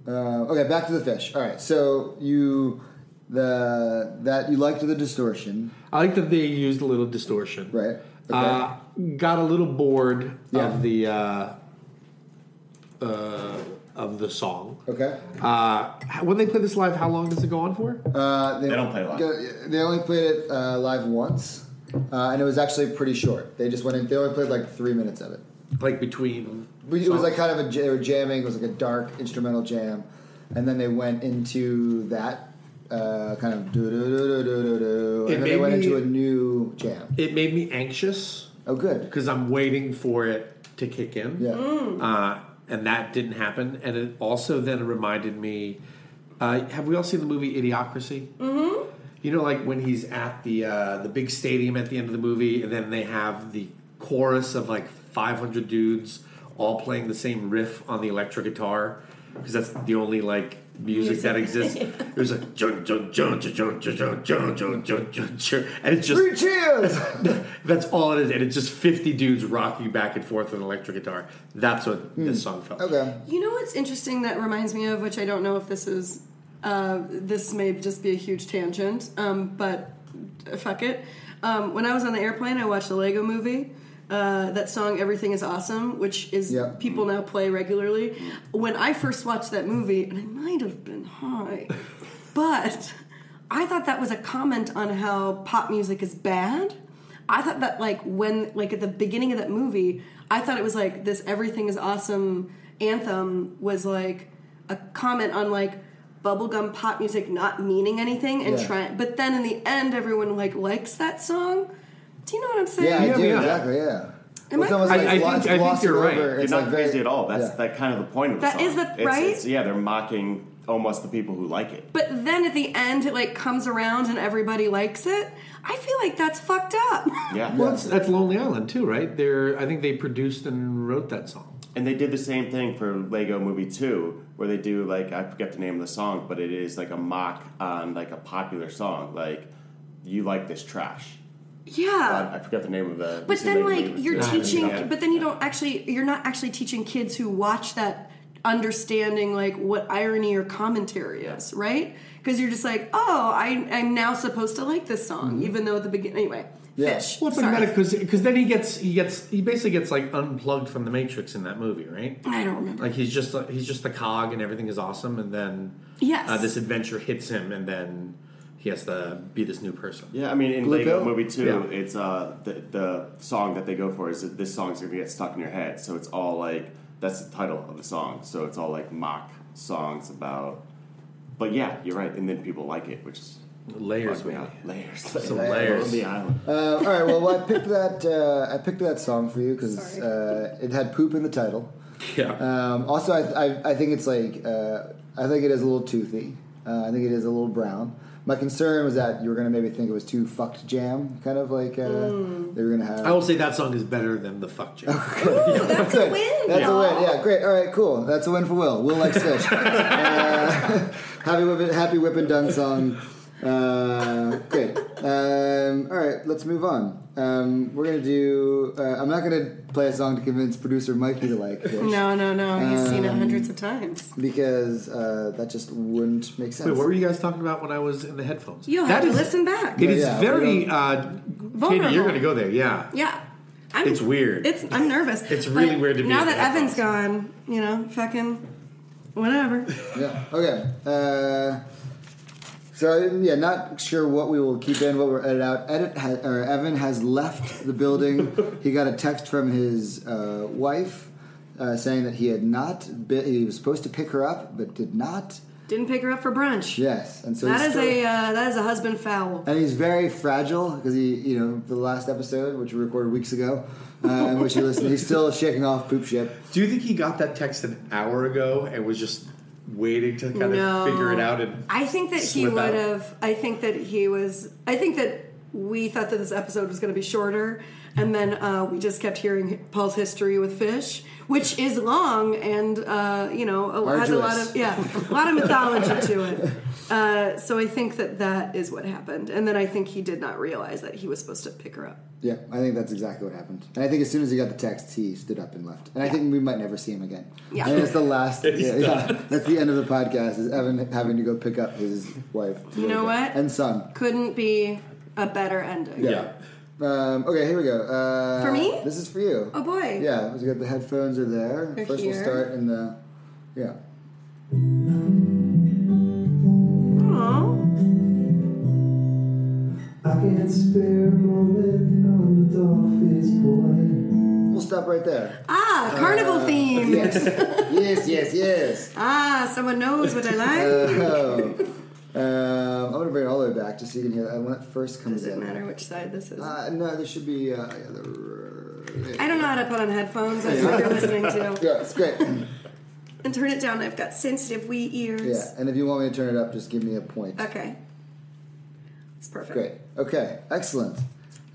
S6: Uh, okay, back to the fish. All right. So you the that you liked the distortion,
S7: I like that they used a little distortion.
S6: right? Okay.
S7: Uh, got a little bored
S6: Yeah.
S7: of the uh, uh, of the song.
S6: okay.
S7: Uh, when they play this live, how long does it go on for?
S6: Uh, they,
S4: don't play live.
S6: go- They only played it uh, live once, uh, and it was actually pretty short. They just went in. They only played like three minutes of it.
S7: like between.
S6: We, it was like kind of a they were jamming. It was like a dark instrumental jam, and then they went into that uh, kind of do do do do do do do,
S7: It
S6: and then they
S7: made
S6: went
S7: me-
S6: into a new jam.
S7: It made me anxious
S6: Oh, good.
S7: because I'm waiting for it to kick in,
S6: Yeah.
S7: uh, and that didn't happen. And it also then reminded me. Uh, have we all seen the movie Idiocracy? Mm-hmm. You know, like when he's at the uh, the big stadium at the end of the movie, and then they have the chorus of like 500 dudes all playing the same riff on the electric guitar because that's the only like music that exists. It was like jun jun jun jun jun jun jun jun jun jun jun, and it's just
S6: Three cheers.
S7: that's all it is, and it's just fifty dudes rocking back and forth with an electric guitar. That's what this song felt.
S6: okay.
S8: You know what's interesting that reminds me of, which I don't know if this is, uh, this may just be a huge tangent, um, but uh, fuck it. Um, when I was on the airplane, I watched the Lego movie. Uh, that song "Everything Is Awesome," which is
S6: Yeah.
S8: people now play regularly. When I first watched that movie, and I might have been high, but I thought that was a comment on how pop music is bad. I thought that like when like at the beginning of that movie, I thought it was like this everything is awesome anthem was like a comment on like bubblegum pop music not meaning anything and
S6: Yeah.
S8: try but then in the end everyone like likes that song. Do you know what I'm saying?
S6: Yeah, I do
S7: yeah.
S6: exactly. Yeah.
S8: Am
S6: It's
S8: I
S6: almost like
S7: crazy? I- I
S6: it's
S7: think-
S6: it's
S7: I think
S6: glossing
S7: you're right.
S6: over.
S7: You're
S5: It's
S6: It's
S5: not
S6: like very-
S5: crazy at all. That's
S6: yeah.
S5: that kind of the point of the
S8: That
S5: song.
S8: is the-
S5: It's-
S8: right?
S5: it's- yeah, they're mocking almost the people who like it.
S8: But then at the end, it like comes around and everybody likes it. I feel like that's fucked up.
S5: Yeah.
S7: Well, that's, that's Lonely Island too, right? They're I think they produced and wrote that song.
S5: And they did the same thing for Lego Movie 2, where they do, like, I forget the name of the song, but it is like a mock on, like, a popular song. Like, you like this trash. God,
S8: Yeah.
S5: I forget the name of the.
S8: But then like you're
S7: Yeah.
S8: teaching,
S5: Yeah.
S8: but then you don't actually, you're not actually teaching kids who watch that understanding like what irony or commentary is, right? Because you're just like, oh, I, I'm now supposed to like this song,
S7: Mm-hmm.
S8: even though at the beginning, anyway.
S6: Yeah.
S8: Fish.
S7: Well, it's
S8: Sorry.
S7: like because because then he gets he gets he basically gets like unplugged from the Matrix in that movie, right?
S8: I don't remember.
S7: Like he's just he's just the cog and everything is awesome, and then
S8: Yes.
S7: uh, this adventure hits him, and then he has to be this new person.
S5: Yeah, I mean, in
S6: Blue
S5: Lego
S6: Pill?
S5: Movie 2,
S7: Yeah.
S5: it's uh, the, the song that they go for is that this song's going to get stuck in your head. So it's all like, that's the title of the song. So it's all like mock songs about. But yeah, you're right. And then people like it, which is.
S7: Layers,
S5: fuck me
S7: man.
S5: up. Layers.
S7: Some layers.
S5: On the island.
S6: Uh, all right. Well, I picked that. Uh, I picked that song for you because uh, it had poop in the title.
S7: Yeah.
S6: Um, also, I, I, I think it's like uh, I think it is a little toothy. Uh, I think it is a little brown. My concern was that you were going to maybe think it was too fucked jam, kind of like uh,
S8: Mm.
S6: they were going to have.
S7: I will say that song is better than the fuck jam.
S8: Ooh, that's a win.
S6: That's
S8: y'all.
S6: a win. Yeah, great. All right, cool. That's a win for Will. Will likes fish. Uh, happy whip, happy whip and done song. Uh, great. Um, all right, let's move on. Um, we're gonna do. Uh, I'm not gonna play a song to convince producer Mikey to like fish
S8: No, no, no. He's seen it hundreds of
S7: Um,
S8: times.
S6: because uh, that just wouldn't make sense.
S7: Wait, what were you guys talking about when I was in the headphones?
S8: You'll
S7: That
S8: have to
S7: is-
S8: listen back.
S7: It is
S6: Yeah, we
S7: very
S6: don't-
S7: uh,
S8: Vulnerable.
S7: Katie. You're going to go there, yeah.
S8: Yeah. I'm,
S7: It's weird.
S8: It's I'm nervous.
S7: It's really
S8: But
S7: weird to be
S8: Now
S7: at
S8: that
S7: that
S8: Evan's
S7: house.
S8: gone, you know, fucking whatever.
S6: Yeah. Okay. Uh, so yeah, not sure what we will keep in, what we'll edit out. Edit ha- or Evan has left the building. he got a text from his uh, wife uh, saying that he had not. Be- he was supposed to pick her up, but did not.
S8: Didn't pick her up for brunch.
S6: Yes, and so
S8: That
S6: he's
S8: is
S6: still-
S8: a uh, that is a husband foul.
S6: and he's very fragile because he, you know, the last episode which we recorded weeks ago, uh, in which he listened, he's still shaking off poop shit.
S7: Do you think he got that text an hour ago and was just waiting to kind
S8: No.
S7: of figure it out? And
S8: I think that he
S7: Slip out.
S8: would have. I think that he was. I think that we thought that this episode was going to be shorter, and then uh, we just kept hearing Paul's history with fish, which is long and uh, you know a- has a lot
S6: Arduous.
S8: of yeah a lot of mythology to it. Uh, so I think that that is what happened, and then I think he did not realize that he was supposed to pick her up.
S6: Yeah, I think that's exactly what happened. And I think as soon as he got the text, he stood up and left. And I think we might never see him again.
S8: Yeah.
S6: And it's the last. yeah, yeah. that's the end of the podcast. Is Evan having to go pick up his wife?
S8: You know what?
S6: And son.
S8: Couldn't be a better ending.
S7: yeah.
S6: Um, okay, here we go. Uh,
S8: For me?
S6: This is for you.
S8: Oh boy.
S6: Yeah, we got the headphones are there.
S8: They're
S6: First,
S8: here.
S6: we'll start in the. Yeah.
S8: Aw.
S10: I can't spare a moment on the dolphin's boy.
S6: We'll stop right there.
S8: Ah, carnival
S7: Uh,
S8: theme.
S6: Yes. yes. Yes. Yes.
S8: Ah, someone knows what I like.
S6: Oh. Um, I'm gonna bring it all the way back just so you can hear that when it first comes
S8: Does it
S6: in.
S8: matter which side this is?
S6: Uh, no, there should be. Uh, yeah, there-
S8: I don't know how to put on headphones. That's what you're listening to.
S6: yeah, it's great.
S8: And turn it down. I've got sensitive wee
S6: Yeah,
S8: ears.
S6: and if you want me to turn it up, just give me a point.
S8: Okay. It's perfect.
S6: Great. Okay, excellent.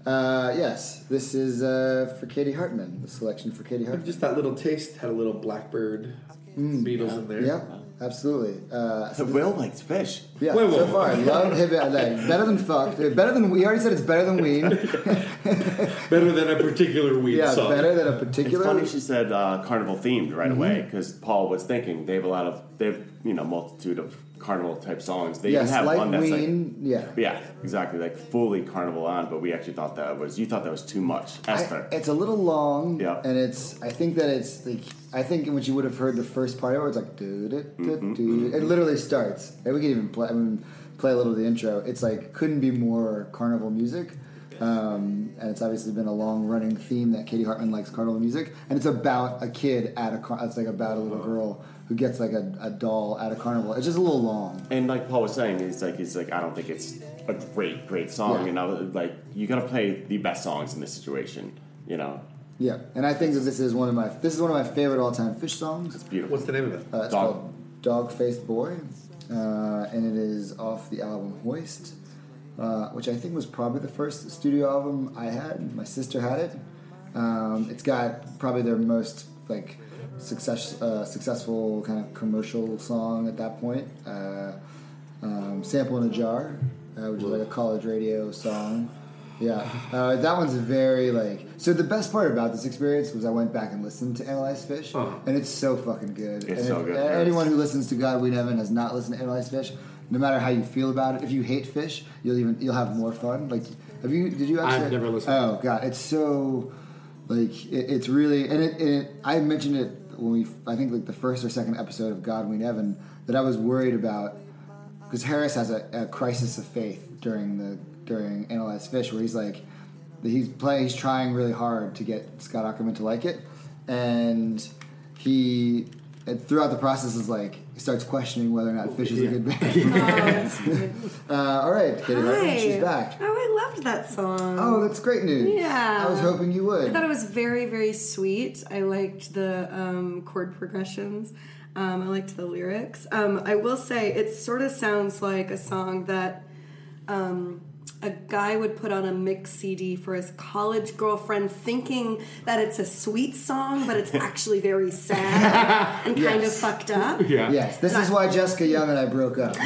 S6: Uh, yes, this is uh, for Katie Hartman. The selection for Katie Hartman.
S7: Just that little taste had a little blackbird Beatles in there.
S6: Yep, absolutely. Uh, so-
S5: Will likes fish.
S6: yeah,
S7: Wait,
S6: so
S7: whoa.
S6: far, love, hit, it, I like, better than fucked, better than we already said it's better than weed.
S7: Better than a particular weed
S6: Yeah,
S7: song.
S6: better than a Mm-hmm.
S5: It's
S6: particular.
S5: funny she said uh, carnival themed right away because Paul was thinking they have a lot of they have you know multitude of carnival type songs. They
S6: yes,
S5: even have
S6: like
S5: one that's
S6: weed. yeah.
S5: like yeah exactly like fully carnival on, but we actually thought that was you thought that was too much.
S6: I-
S5: Esther,
S6: it's a little long,
S5: Yeah.
S6: and it's. I think that it's like. I think when you would have heard the first part of it, it's like do do do
S5: Mm-hmm,
S6: do. It literally starts, and we can even play. I mean, play a little of the intro. It's like couldn't be more carnival music, Um, and it's obviously been a long running theme that Katie Hartman likes carnival music. And it's about a kid at a car, it's like about a little
S5: Uh-huh.
S6: girl who gets like a, a doll at a carnival. It's just a little long.
S5: And like Paul was saying, he's like, he's like, I don't think it's a great, great song.
S6: Yeah.
S5: And I was like, you gotta play the best songs in this situation. You know,
S6: Yeah. And I think that this is one of my, this is one of my favorite all time fish songs.
S5: it's beautiful.
S7: What's the name of it?
S6: Uh, it's
S5: Dog-
S6: called Dog Faced Boy, uh, and it is off the album Hoist, uh, which I think was probably the first studio album I had. My sister had it. Um, it's got probably their most like success, uh, successful kind of commercial song at that point. Uh, um, Sample in a Jar, uh, which is like a college radio song. Yeah, uh, that one's very like. So the best part about this experience was I went back and listened to Analyze Fish, and it's so fucking good.
S5: It's
S6: and
S5: so
S6: if
S5: good, yes.
S6: Anyone who listens to God We Heaven has not listened to Analyze Fish. No matter how you feel about it, if you hate fish, you'll even you'll have more fun. Like, have you? Did you actually?
S7: I've never listened.
S6: Oh god, it's so like it, it's really and it, it I mentioned it when we I think like the first or second episode of God We Evan that I was worried about because Harris has a, a crisis of faith during the during Analyze Fish where he's like he's play he's trying really hard to get Scott Ackerman to like it and he and throughout the process is like he starts questioning whether or not Fish is a good band. uh, all right, Katie Hartman,
S8: Oh, Hi.
S6: she's back.
S8: Oh, I loved that song.
S6: Oh, that's great news.
S8: Yeah.
S6: I was hoping you would.
S8: I thought it was very, very sweet. I liked the um, chord progressions. Um, I liked the lyrics. Um, I will say it sort of sounds like a song that um, a guy would put on a mix CD for his college girlfriend, thinking that it's a sweet song, but it's actually very sad and kind of
S6: Yes.
S8: fucked up.
S7: Yeah.
S6: Yes, this is why Jessica Young and I broke up.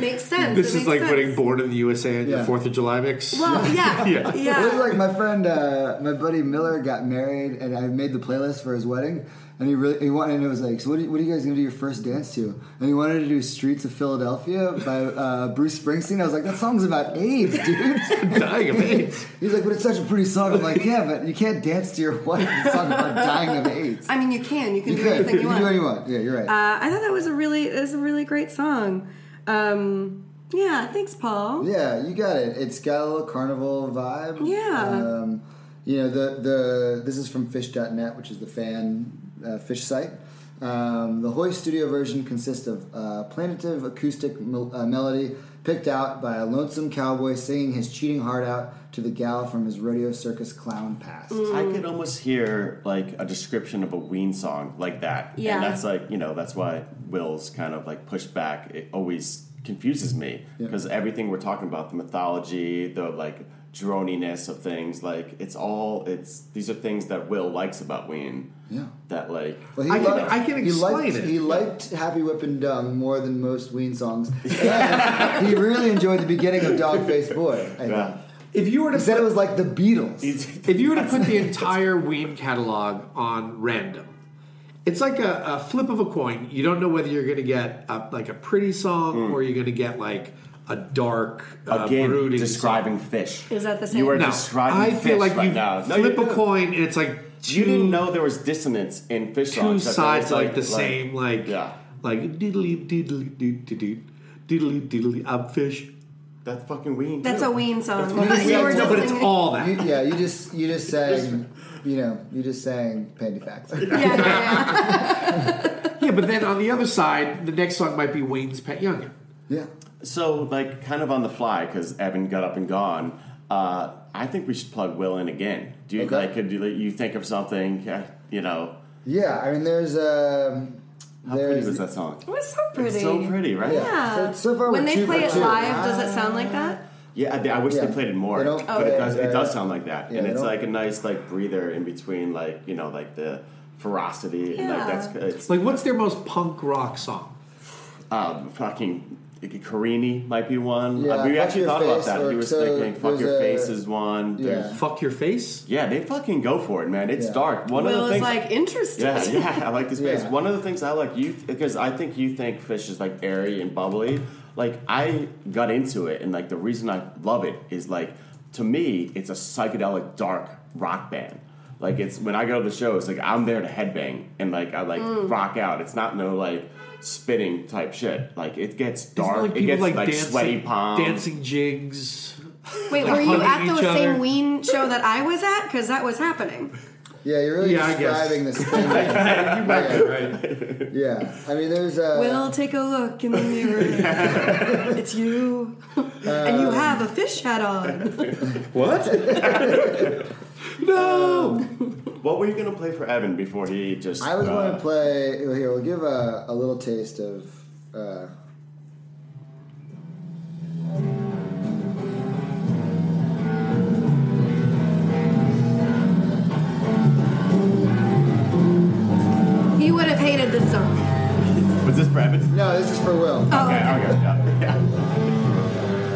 S8: Makes sense.
S7: This
S8: It
S7: is
S8: makes
S7: like
S8: sense.
S7: putting Born in the USA at
S6: Yeah.
S7: the Fourth of July mix.
S8: Well, yeah,
S7: Yeah.
S8: yeah.
S6: It was like my friend, uh, my buddy Miller got married, and I made the playlist for his wedding. And he really he wanted. And it was like, so what are, you- what are you guys gonna do your first dance to? And he wanted to do "Streets of Philadelphia" by uh, Bruce Springsteen. I was like, that song's about AIDS, dude.
S7: Dying of AIDS.
S6: He's like, but it's such a pretty song. I'm like, yeah, but you can't dance to your wife. It's a song about dying of AIDS.
S8: I mean, you can. You can do
S6: can.
S8: anything
S6: You
S8: you
S6: can do what
S8: want.
S6: you want. Yeah, you're right.
S8: Uh, I thought that was a really it was a really great song. Um, yeah, thanks, Paul.
S6: Yeah, you got it. It's got a little carnival vibe.
S8: Yeah.
S6: Um, you know, the, the this is from fish.net, which is the fan uh, fish site. Um, the Hoy studio version consists of uh, plaintive acoustic mel- uh, melody picked out by a lonesome cowboy singing his cheating heart out to the gal from his rodeo circus clown past.
S7: Mm.
S5: I could almost hear like a description of a Ween song like that.
S8: Yeah.
S5: And that's like, you know, that's why Will's kind of like push back. It always confuses me
S6: Yeah.
S5: because everything we're talking about, the mythology, the like droniness of things, like it's all, it's, these are things that Will likes about Ween.
S6: Yeah.
S5: That like,
S6: Well,
S7: I can-
S6: liked-
S7: I can
S6: he liked-
S7: explain it.
S6: He liked Happy Whip and Dung more than most Ween songs. And he really enjoyed the beginning of Dog Faced Boy. I think.
S5: Yeah.
S7: If you were to
S6: He said it was like the Beatles.
S7: If you were to put the entire Ween catalog on random, it's like a, a flip of a coin. You don't know whether you're going to get a, like a pretty song or you're going to get like a dark, uh,
S5: again,
S7: brooding.
S5: describing fish.
S8: Is that the same?
S5: You are
S8: No.
S7: song.
S5: describing
S7: I feel
S5: fish
S7: like
S5: right
S7: you
S5: now. No, you
S7: flip a
S5: didn't.
S7: coin and it's like two,
S5: You didn't know there was dissonance in fish
S7: two
S5: songs. That's always,
S7: sides like, the same, like
S5: yeah.
S7: like diddly diddly doot doot doot, diddly diddly. I'm fish.
S5: That's fucking Ween.
S8: That's
S5: too.
S8: a Ween song.
S6: what
S8: But
S6: we
S8: you were
S6: said,
S7: No,
S8: just
S7: but it's
S8: singing-
S7: all
S6: You,
S7: that.
S6: yeah, you just you just sang, you know, you just sang Pandy Facts.
S8: Yeah, yeah, yeah.
S7: Yeah, but then on the other side, the next song might be Wayne's Pet Youngin.
S6: Yeah,
S5: So, like, kind of on the fly, because Evan got up and gone. Uh, I think we should plug Will in again. Do you
S6: Okay.
S5: like? Could you, you think of something? uh, You know,
S6: yeah. I mean, there's um,
S5: how
S6: there's
S5: pretty was that song?
S8: It was so pretty.
S5: It's so pretty, right?
S6: Yeah. So-
S8: Yeah.
S6: so far
S8: when
S6: we're
S8: they
S6: two
S8: play
S6: for
S8: it
S6: two.
S8: live, does it sound like that?
S5: Yeah, I, I wish
S6: Yeah.
S5: they played it more,
S6: They don't-
S5: but
S8: Okay.
S5: it does.
S6: Yeah.
S5: It does sound like that,
S6: Yeah,
S5: and
S6: they
S5: it's
S6: don't-
S5: like a nice like breather in between, like you know, like the ferocity and like
S8: Yeah.
S5: that's it's
S7: Like, what's their most punk rock song?
S5: um, fucking Carini might be one.
S6: Yeah,
S5: Uh, we
S6: Fuck
S5: actually
S6: Your
S5: thought about
S6: Face
S5: that.
S6: or
S5: We were
S6: so
S5: thinking, "Fuck
S6: there's
S5: Your
S6: a-
S5: Face" is one. There's-
S6: Yeah.
S7: Fuck your face.
S5: yeah, they fucking go for it, man. It's
S6: Yeah.
S5: dark. One of
S8: Will
S5: the
S8: is
S5: things
S8: like interested.
S5: Yeah, yeah, I like this space.
S6: Yeah.
S5: One of the things I like you because I think you think fish is like airy and bubbly. Like I got into it, and like the reason I love it is like to me, it's a psychedelic dark rock band. Like it's when I go to the shows, like I'm there to headbang and like I like
S7: Mm.
S5: rock out. It's not no like spitting type shit. Like it gets
S7: Isn't it
S5: dark.
S7: like
S5: it
S7: people
S5: gets like,
S7: dancing,
S5: sweaty palms.
S7: dancing jigs.
S11: Wait, were you
S7: hugging
S11: at the
S7: each
S11: same
S7: other.
S11: ween?
S8: show that I was at because that was happening.
S6: Yeah, you're really
S7: Yeah, I guess.
S6: describing this thing. yeah.
S7: You might be right.
S6: I mean, there's uh,
S8: We'll take a look in the mirror. it's you,
S6: Uh,
S8: and you have a fish hat on.
S7: What? no.
S5: What were you gonna play for Evan before he just?
S6: I was
S5: uh,
S6: going to play. Here, we'll give a, a little taste of. Uh,
S11: He would have hated this song.
S5: Was this for Evan? Okay,
S6: no, this is for Will.
S11: Oh,
S5: okay, yeah, yeah.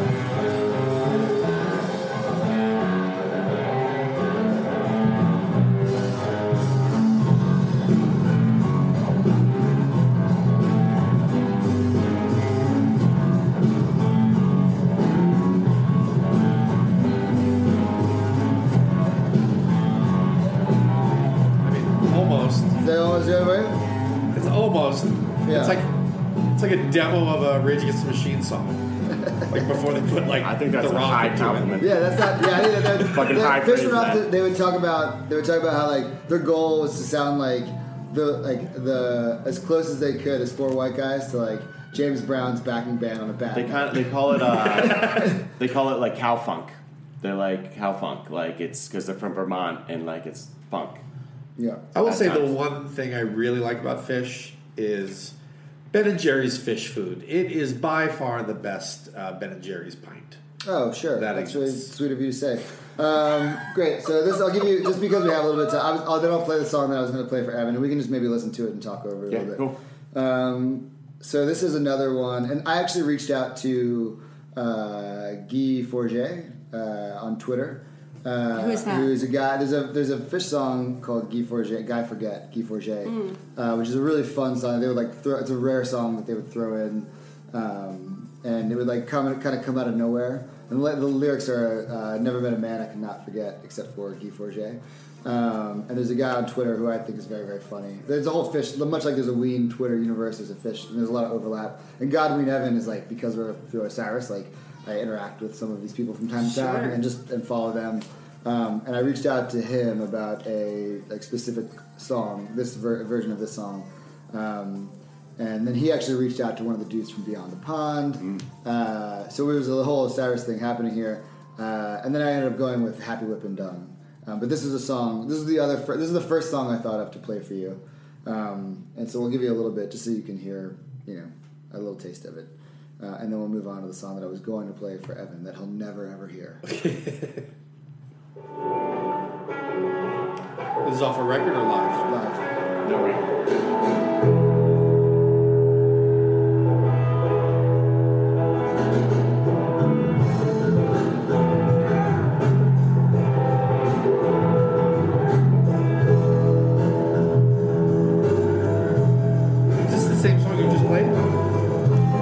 S7: I mean, almost.
S6: They always do it, right?
S7: It's almost.
S6: Yeah.
S7: It's like it's like a demo of a Rage Against the Machine song. like before they put like
S5: I think that's
S7: the
S5: a
S7: rock
S5: high
S7: into it.
S5: compliment.
S6: Yeah, that's not. Yeah, I think that- that-
S5: Fucking
S6: that
S5: high
S6: Fish
S5: praise,
S6: were off
S5: man.
S6: the- they would talk about. They would talk about how like their goal was to sound like the like the as close as they could as four white guys to like James Brown's backing band on a bat.
S5: They kind of they call it uh, they call it like cow funk. They're like cow funk, like it's because they're from Vermont and like it's funk.
S6: yeah.
S7: I will
S5: At
S7: say the
S5: times.
S7: one thing I really like about fish is Ben and Jerry's fish food. It is by far the best uh, Ben and Jerry's pint.
S6: Oh, sure.
S7: That
S6: That's really
S7: exists.
S6: sweet of you to say. Um, great. So this, I'll give you just because we have a little bit of time. I was, I'll, then I'll play the song that I was going to play for Evan, and we can just maybe listen to it and talk over it a
S5: Yeah,
S6: little bit.
S5: cool.
S6: Um, so this is another one, and I actually reached out to uh, Guy Forget uh, on Twitter. Uh,
S11: Who's that?
S6: Who's a guy? There's a there's a fish song called Guy Forget. Guy Forget. Guy Forget, uh, which is a really fun song. They would like throw. It's a rare song that they would throw in, um, and it would like come kind of come out of nowhere. And li- the lyrics are uh, "Never met a man I could not forget except for Guy Forget." Um, and there's a guy on Twitter who I think is very, very funny. There's a whole fish, much like there's a Ween Twitter universe, there's a fish, and there's a lot of overlap. And Godwin Evan is like, because we're through Osiris, like, I interact with some of these people from time to time and just and follow them. Um, and I reached out to him about a like specific song, this ver- version of this song. Um, and then he actually reached out to one of the dudes from Beyond the Pond. Uh, so it was a whole Osiris thing happening here. Uh, and then I ended up going with Happy Whip and Dung. Um, but this is a song. This is the other. Fir- this is the first song I thought of to play for you. Um, and so we'll give you a little bit just so you can hear, you know, a little taste of it. Uh, and then we'll move on to the song that I was going to play for Evan that he'll never ever hear.
S7: This is off a record or live?
S6: Live.
S5: No way.
S7: Is this the same song you just played?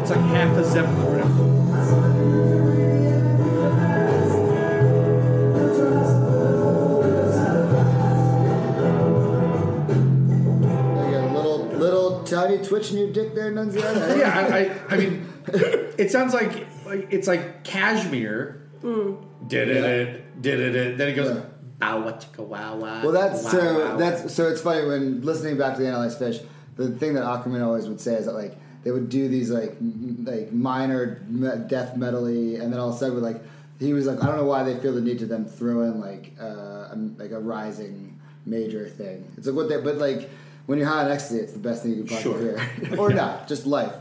S7: It's like half a Zeppelin riff.
S6: You got a little little tiny twitch in your dick there, Nunziata. eh?
S7: Yeah, I, I, I mean, it sounds like, like it's like cashmere. Did it, it, did it, it. Then it goes,
S6: Yeah.
S7: bow, what, chicka, wow, wow.
S6: Well, that's
S7: wow,
S6: so.
S7: wow, wow."
S6: That's so. It's funny when listening back to the Analyzed Fish. The thing that Ackerman always would say is that like they would do these like m- like minor me- death medley, and then all of a sudden would like he was like I don't know why they feel the need to then throw in like uh, a, like a rising major thing. It's like what they but like when you're high on ecstasy, it's the best thing you can possibly
S7: Sure.
S6: hear, or not, just life.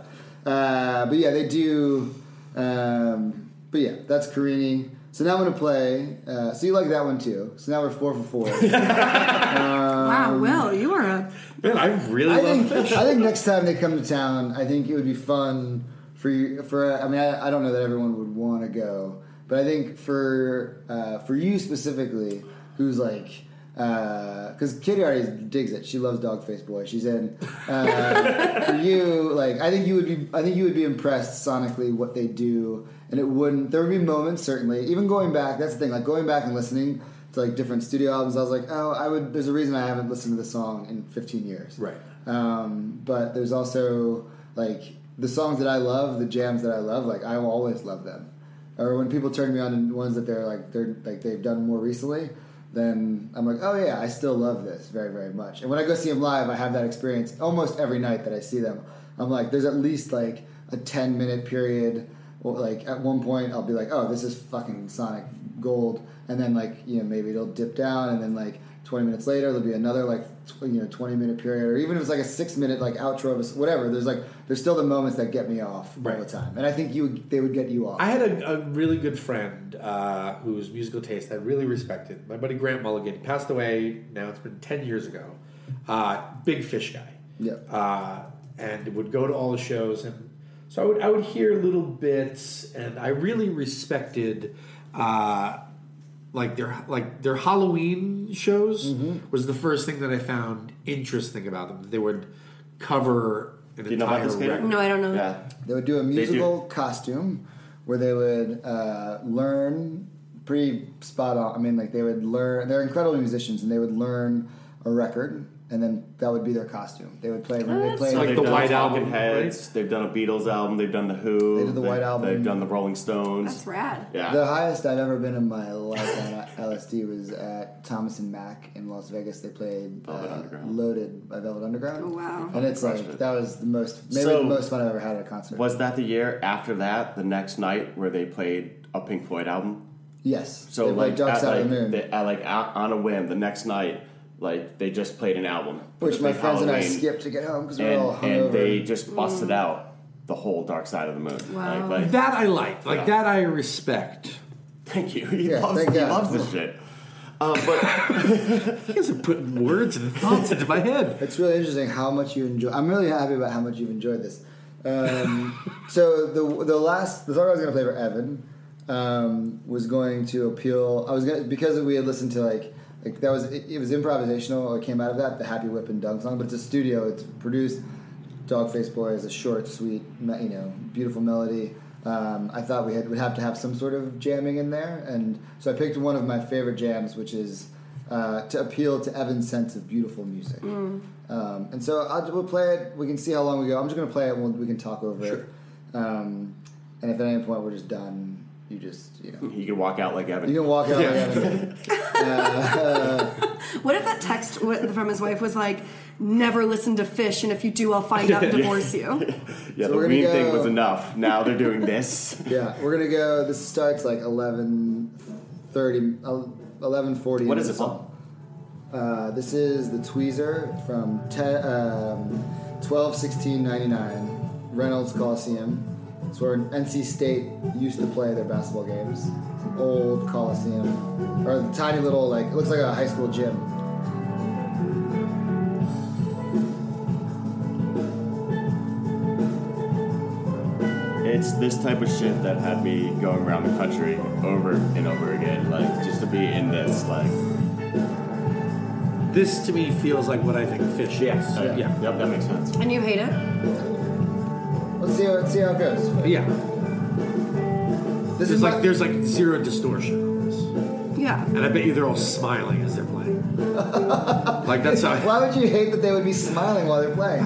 S6: Uh, but yeah, they do. Um, but yeah, that's Carini. So now I'm gonna play. Uh, so you like that one too. So now we're four for four.
S8: wow, Will, you are a
S7: Man, I really
S6: I
S7: love
S6: think I think next time they come to town, I think it would be fun for you. For I mean, I, I don't know that everyone would want to go, but I think for uh, for you specifically, who's like. Because Kitty already digs it. She loves Dogface Boy. She's in. Uh, for you, like I think you would be. I think you would be impressed sonically what they do and it wouldn't. There would be moments, certainly. Even going back, that's the thing. Like going back and listening to like different studio albums, I was like, oh, I would. There's a reason I haven't listened to this song in 15 years.
S7: Right.
S6: Um, but there's also like the songs that I love, the jams that I love. Like I will always love them. Or when people turn me on to ones that they're like they're like they've done more recently, then I'm like, oh yeah, I still love this very very much. And when I go see them live, I have that experience almost every night that I see them. I'm like, there's at least like a 10 minute period. Well, like at one point, I'll be like, oh, this is fucking Sonic Gold, and then like you know maybe it'll dip down, and then like 20 minutes later there'll be another like tw- you know 20 minute period or even if it's like a six minute like outro of a s whatever there's like there's still the moments that get me off all the time and i think you would, they would get you off
S7: I had a, a really good friend uh, whose musical taste I really respected. My buddy Grant Mulligan he passed away. Now it's been ten years ago. Uh, big fish guy,
S6: yeah
S7: uh, and would go to all the shows, and so I would I would hear little bits, and I really respected. Uh, like their like their Halloween shows was the first thing that I found interesting about them. They would cover an
S5: you know about
S7: entire
S5: this, Peter?
S7: record.
S8: No, I don't know.
S5: Yeah.
S6: they would do a musical costume where they would uh, learn pretty spot on i mean like they would learn they're incredible musicians and they would learn a record and then that would be their costume they would play they
S8: Oh, that's
S6: play
S7: Like
S5: They've
S7: the
S5: done
S7: White
S5: Talking
S7: Album,
S5: Heads. They've done a Beatles album. They've done the Who.
S6: They did the White Album.
S5: They've done the Rolling Stones.
S8: That's rad.
S5: Yeah.
S6: The highest I've ever been in my life uh, on LSD was at Thomas and Mack in Las Vegas. They played
S5: Velvet
S6: uh,
S5: Underground.
S6: Loaded by Velvet Underground.
S8: Oh, wow.
S6: And it's like that was the most maybe
S5: So-
S6: the most fun I've ever had at a concert.
S5: Was that the year after that? The next night where they played a Pink Floyd album.
S6: yes.
S5: So
S6: they
S5: like,
S6: played Dark
S5: at,
S6: Side
S5: like,
S6: of the Moon.
S5: They, at, like out, on a whim, the next night, like they just played an album,
S6: which my
S5: They played
S6: friends and I
S5: Halloween,
S6: skipped to get home because we were all
S5: and, and
S6: hungover.
S5: they just busted out the whole Dark Side of the Moon.
S8: Wow.
S5: Like, like,
S7: That I liked. Like
S5: Yeah.
S7: that I respect.
S5: thank you. He
S6: Yeah,
S5: loves,
S6: thank
S5: he
S6: God.
S5: loves this shit. Um, but
S7: You guys are putting words and thoughts into my head.
S6: It's really interesting how much you enjoy. I'm really happy about how much you've enjoyed this. Um, so the the last the song I was going to play for Evan um, was going to appeal. I was going to because we had listened to like like that was it, it was improvisational. It came out of that the Happy Whip and Dunk song, but it's a studio. It's produced. Dogface Boy is a short, sweet, me- you know, beautiful melody. Um, I thought we had would have to have some sort of jamming in there, and so I picked one of my favorite jams, which is uh, to appeal to Evan's sense of beautiful music. Um, and so I'll, we'll play it. We can see how long we go. I'm just going to play it. and We'll, we can talk over it. Um, and if at any point we're just done, you just you know
S5: he could walk out like Evan.
S6: you can walk out. like Evan.
S8: What if that text w- from his wife was like, "Never listen to Fish, and if you do, I'll find out and divorce you."
S5: yeah,
S6: So
S5: the
S6: we're gonna
S5: Ween thing
S6: go-
S5: was enough. Now they're doing this.
S6: yeah, we're going to go. This starts like 11:30, 11:40.
S5: what
S6: into
S5: is
S6: the
S5: it
S6: song.
S5: called?
S6: Uh, this is the Tweezer from te- um, 12 16 99, Reynolds Coliseum. It's where NC State used to play their basketball games. It's an old Coliseum. Or a tiny little, like, it looks like a high school gym.
S5: It's this type of shit that had me going around the country over and over again, like just to be in this, like
S7: This to me feels like what I think fish is.
S5: uh,
S7: Uh,
S5: yeah,
S7: yeah.
S5: yep, that makes sense.
S8: and you hate it.
S6: Let's see how, let's see how it goes.
S7: Yeah.
S6: This
S7: There's
S6: is
S7: like
S6: my-
S7: there's like zero distortion on this.
S8: Yeah.
S7: And I bet you they're all smiling as they're playing. like that's how
S6: Why would you hate that they would be smiling while they're playing?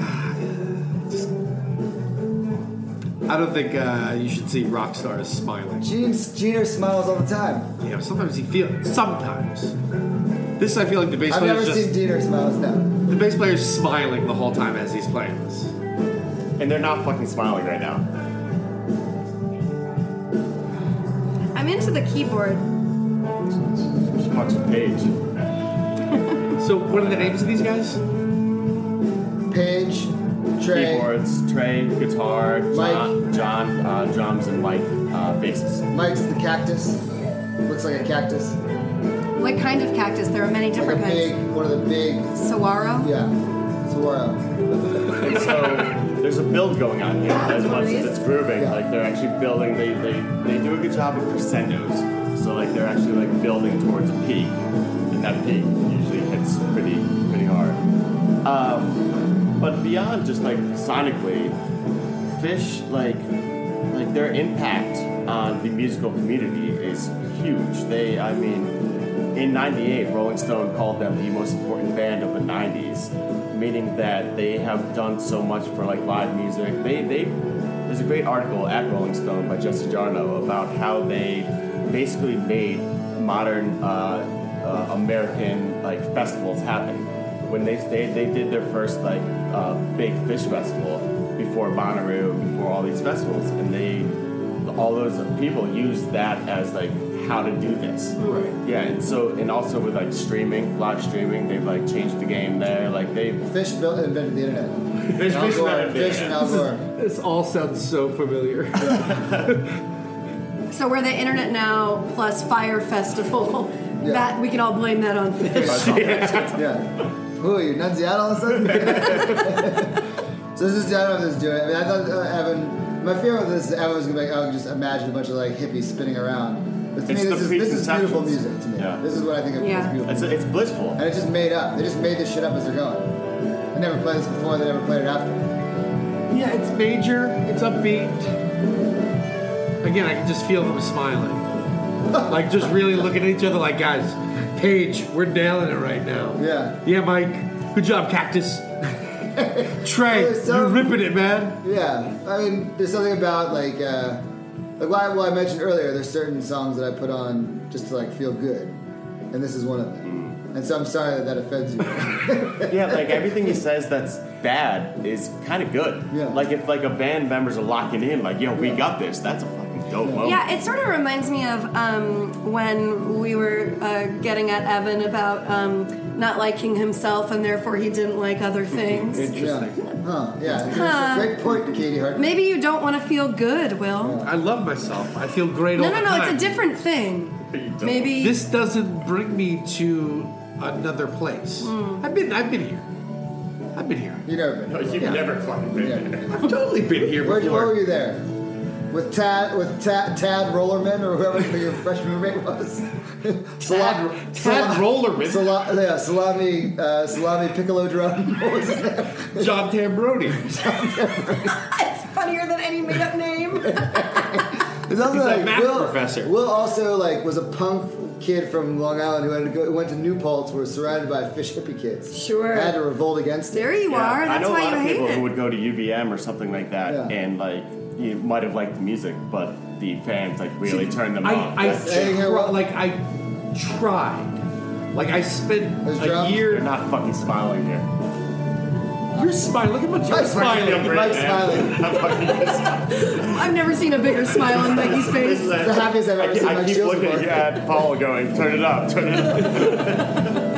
S7: I don't think uh, you should see rock stars smiling.
S6: Gene, Jeter smiles all the time.
S7: You know, sometimes he feels sometimes. This I feel like the bass
S6: I've
S7: player
S6: never
S7: is just
S6: seen Jeter smiles now.
S7: the bass player's smiling the whole time as he's playing this.
S5: And they're not fucking smiling right now.
S11: I'm into the keyboard.
S5: She fucks with Paige.
S7: So what are the names of these guys?
S6: Paige, Trey,
S5: Keyboards, Trey, guitar, John,
S6: Mike.
S5: John uh, drums, and Mike, uh, basses.
S6: Mike's the cactus. Looks like a cactus.
S11: What kind of cactus? There are many
S6: Like a
S11: different
S6: big,
S11: kinds.
S6: one of the big,
S11: Saguaro.
S6: yeah, Saguaro.
S5: And so there's a build going on here as much as it's grooving.
S6: Yeah.
S5: Like they're actually building, they, they, they do a good job of crescendos. So like they're actually like building towards a peak. And that peak usually hits pretty, pretty hard. Um, but beyond just like sonically, fish like like like their impact on the musical community is huge. They, I mean, in '98, Rolling Stone called them the most important band of the '90s, meaning that they have done so much for like live music. They, they, there's a great article at Rolling Stone by Jesse Jarno about how they basically made modern uh, uh, American like festivals happen when they stayed, they did their first like uh, big fish festival before Bonnaroo, before all these festivals, and they all those people used that as like how to do this. Right. Yeah, and so and also with like streaming, live streaming, they've like changed the game there. Like they
S6: Fish built invented the internet.
S5: Fish-
S6: Al
S5: fish
S6: Gore,
S5: invented the
S6: Fish and
S5: internet.
S6: Al Gore.
S7: This all sounds so familiar.
S11: So we're the Internet Now plus Fire Festival. That we can all blame that on fish.
S6: yeah. Who are you, Nunziata all of a sudden? so this is, I don't know if this is doing it. I mean, I thought uh, Evan, my fear with this is Evan was going to be like, oh, just imagine a bunch of like hippies spinning around. But to
S5: It's
S6: me,
S5: the
S6: this is, this is beautiful
S5: preconceptions.
S6: music to me.
S5: Yeah.
S6: This is what I think of
S11: Yeah.
S6: as beautiful
S5: it's,
S6: music.
S5: it's blissful.
S6: And it's just made up. They just made this shit up as they're going. They never played this before, they never played it after.
S7: yeah, it's major. It's upbeat. Again, I can just feel them smiling, like just really looking at each other, like guys, Paige, we're nailing it right now.
S6: Yeah.
S7: Yeah, Mike, good job, Cactus. Trey,
S6: There's
S7: you're
S6: some-
S7: ripping it, man.
S6: Yeah, I mean, there's something about like, uh, like why, well, I mentioned earlier. There's certain songs that I put on just to like feel good, and this is one of
S7: Mm.
S6: them. And so I'm sorry that that offends you.
S5: yeah, like everything he says that's bad is kind of good.
S6: Yeah.
S5: Like if like a band members are locking in, like yo, we got this. That's a fucking dope moment.
S11: Yeah, it sort of reminds me of um, when we were uh, getting at Evan about um, not liking himself and therefore he didn't like other things.
S6: Yeah. Huh? Yeah. It's a-
S11: Huh.
S6: Great point, Katie Hart.
S11: Maybe you don't want to feel good, Will.
S7: I love myself. I feel great
S11: No,
S7: all
S11: no,
S7: the
S11: no,
S7: time.
S11: it's a different thing. Maybe.
S7: This doesn't bring me to another place. I've been, I've been here. I've been here.
S6: You never been.
S9: You've
S7: Yeah.
S9: never fucking been
S6: Yeah.
S7: I've totally been here
S6: Where, where were
S7: before.
S6: you there? With Tad, with Tad, Tad Rollerman or whoever your freshman roommate was. Salami,
S7: Tad Rollerman?
S6: Sala, yeah, salami, uh, salami piccolo drum. What was his name?
S7: John Tambroni.
S11: it's funnier than any made up name.
S6: It's also
S7: He's a
S6: like
S7: math
S6: Will,
S7: professor.
S6: Will also like was a punk kid from Long Island who had to go, went to New Paltz, was surrounded by fish hippie kids.
S11: Sure.
S6: had to revolt against it.
S11: there you
S5: Yeah,
S11: are.
S5: I
S11: That's
S5: know a
S11: why
S5: lot
S11: you
S5: of people
S11: hate
S5: who
S11: it.
S5: would go to UVM or something like that,
S6: Yeah.
S5: and like you might have liked the music, but the fans like really turned them off.
S7: I, I
S5: That's-
S6: Hey, here,
S7: tr-
S6: what-
S7: like I tried. Like I spent
S6: Those
S7: a
S6: drums?
S5: You're
S7: year.
S5: not fucking smiling here.
S7: You're smiling. Look at what you're
S6: Mike's
S7: smiling.
S6: fucking- Mike's
S5: man.
S6: smiling.
S5: I'm fucking
S11: I've never seen a bigger smile on Mikey's face.
S6: It's the happiest I've ever
S5: I,
S6: seen
S5: I
S6: Mike
S5: keep
S6: Shields
S5: looking
S6: before.
S5: at Paul going, turn it up, turn it up.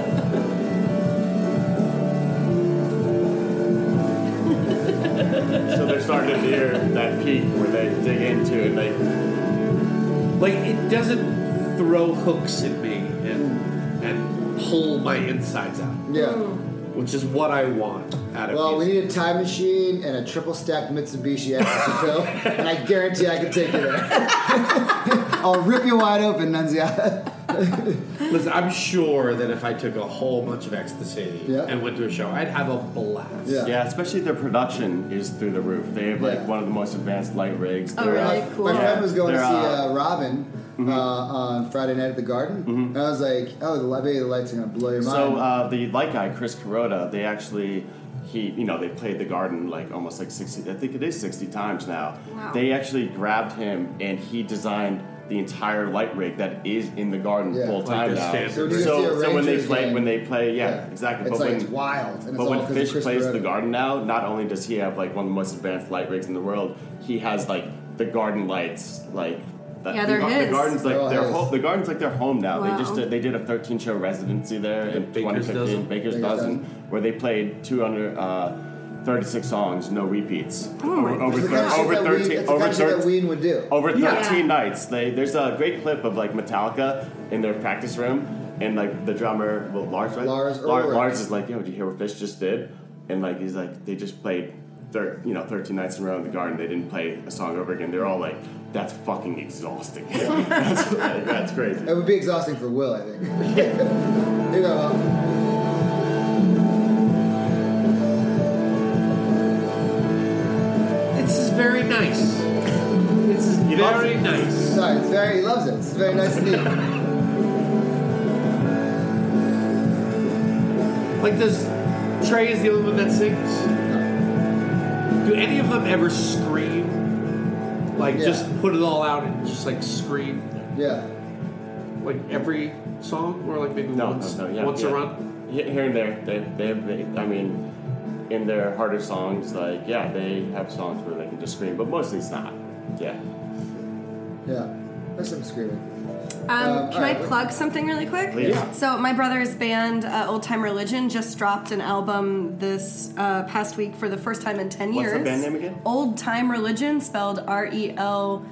S5: so they're starting to hear that peak where they dig into and they.
S7: Like it doesn't throw hooks at me and and pull my insides out,
S6: Yeah.
S7: which is what I want out of
S6: Well, we
S7: music.
S6: need a time machine and a triple stacked Mitsubishi Expo, and I guarantee I can take you there. I'll rip you wide open, Nunziata.
S7: Listen, I'm sure that if I took a whole bunch of ecstasy
S6: Yeah.
S7: and went to a show, I'd have a blast.
S6: Yeah.
S5: Yeah, especially their production is through the roof. They have like
S6: Yeah.
S5: one of the most advanced light rigs.
S11: Oh,
S5: They're,
S11: really?
S5: uh,
S11: Cool.
S6: My friend was going to see
S5: They're, uh, Mm-hmm.
S6: uh, Robin uh, on Friday night at the Garden, and I was like, "Oh, the light, baby, the lights are gonna blow your mind."
S5: So uh, the light guy, Chris Kuroda, they actually he you know they played the garden like almost like sixty I think it is sixty times now.
S11: Wow.
S5: They actually grabbed him and he designed the entire light rig that is in the garden
S6: Yeah.
S5: full
S6: Like
S5: time
S7: the
S5: now.
S7: standard.
S6: So
S5: So,
S6: when you go see a
S5: so when they
S6: Rangers
S5: play
S6: game-
S5: when they play yeah,
S6: Yeah.
S5: exactly.
S6: It's
S5: but
S6: like
S5: when,
S6: it's wild, and it's
S5: but
S6: all
S5: when
S6: because
S5: Fish
S6: of Chris
S5: plays the
S6: Garotta.
S5: garden now, not only does he have like one of the most advanced light rigs in the world, he has like the garden lights like. that-
S11: Yeah,
S5: the,
S11: they're
S5: gar-
S11: his.
S5: the garden's
S6: They're
S5: like
S6: all
S5: their
S6: his.
S5: home. The garden's like their home now.
S11: Wow.
S5: They just did, they did a 13 show residency there in
S7: Baker's
S5: 2015.
S7: Dozen?
S5: Baker's
S6: Baker's
S5: Dozen,
S6: Dozen.
S5: where they played 236 songs, no repeats.
S11: Oh my
S5: over over,
S6: it's the
S5: thir-
S6: kind of shit
S5: over
S6: that Ween,
S5: 13,
S6: it's the
S5: over Oh.
S6: kind of shit that
S5: 13,
S6: Ween would do.
S5: over 13
S11: Yeah.
S5: nights. They, there's a great clip of like Metallica in their practice room, and like the drummer, well, Lars, right?
S6: Lars
S5: Lar-
S6: Ulrich.
S5: Lars is like, yo, did you hear what Fish just did? And like he's like, they just played. Thir- you know, 13 nights in a row in the garden, they didn't play a song over again. They're all like, that's fucking exhausting. that's, that's crazy.
S6: It would be exhausting for Will, I think. you know,
S7: This is very nice. It's
S6: is very nice and neat.
S7: Like, does Trey is the only one that sings? Do any of them ever scream? Like,
S6: Yeah.
S7: just put it all out and just like scream,
S6: Yeah.
S7: like every song, or like maybe
S5: No,
S7: once,
S5: no, no, yeah,
S7: once
S5: yeah.
S7: a run.
S5: Yeah, here and there, they, they, have, they, I mean, in their harder songs, like yeah, they have songs where they can just scream, but mostly it's not. Yeah.
S6: Yeah. There's some screaming.
S8: Um,
S6: Um,
S8: can I
S6: alright.
S8: plug something really quick?
S5: Please. Yeah.
S8: So my brother's band, uh, Old Time Religion, just dropped an album this uh, past week for the first time in ten
S5: What's
S8: years.
S5: the band name again?
S8: Old Time Religion, spelled R E L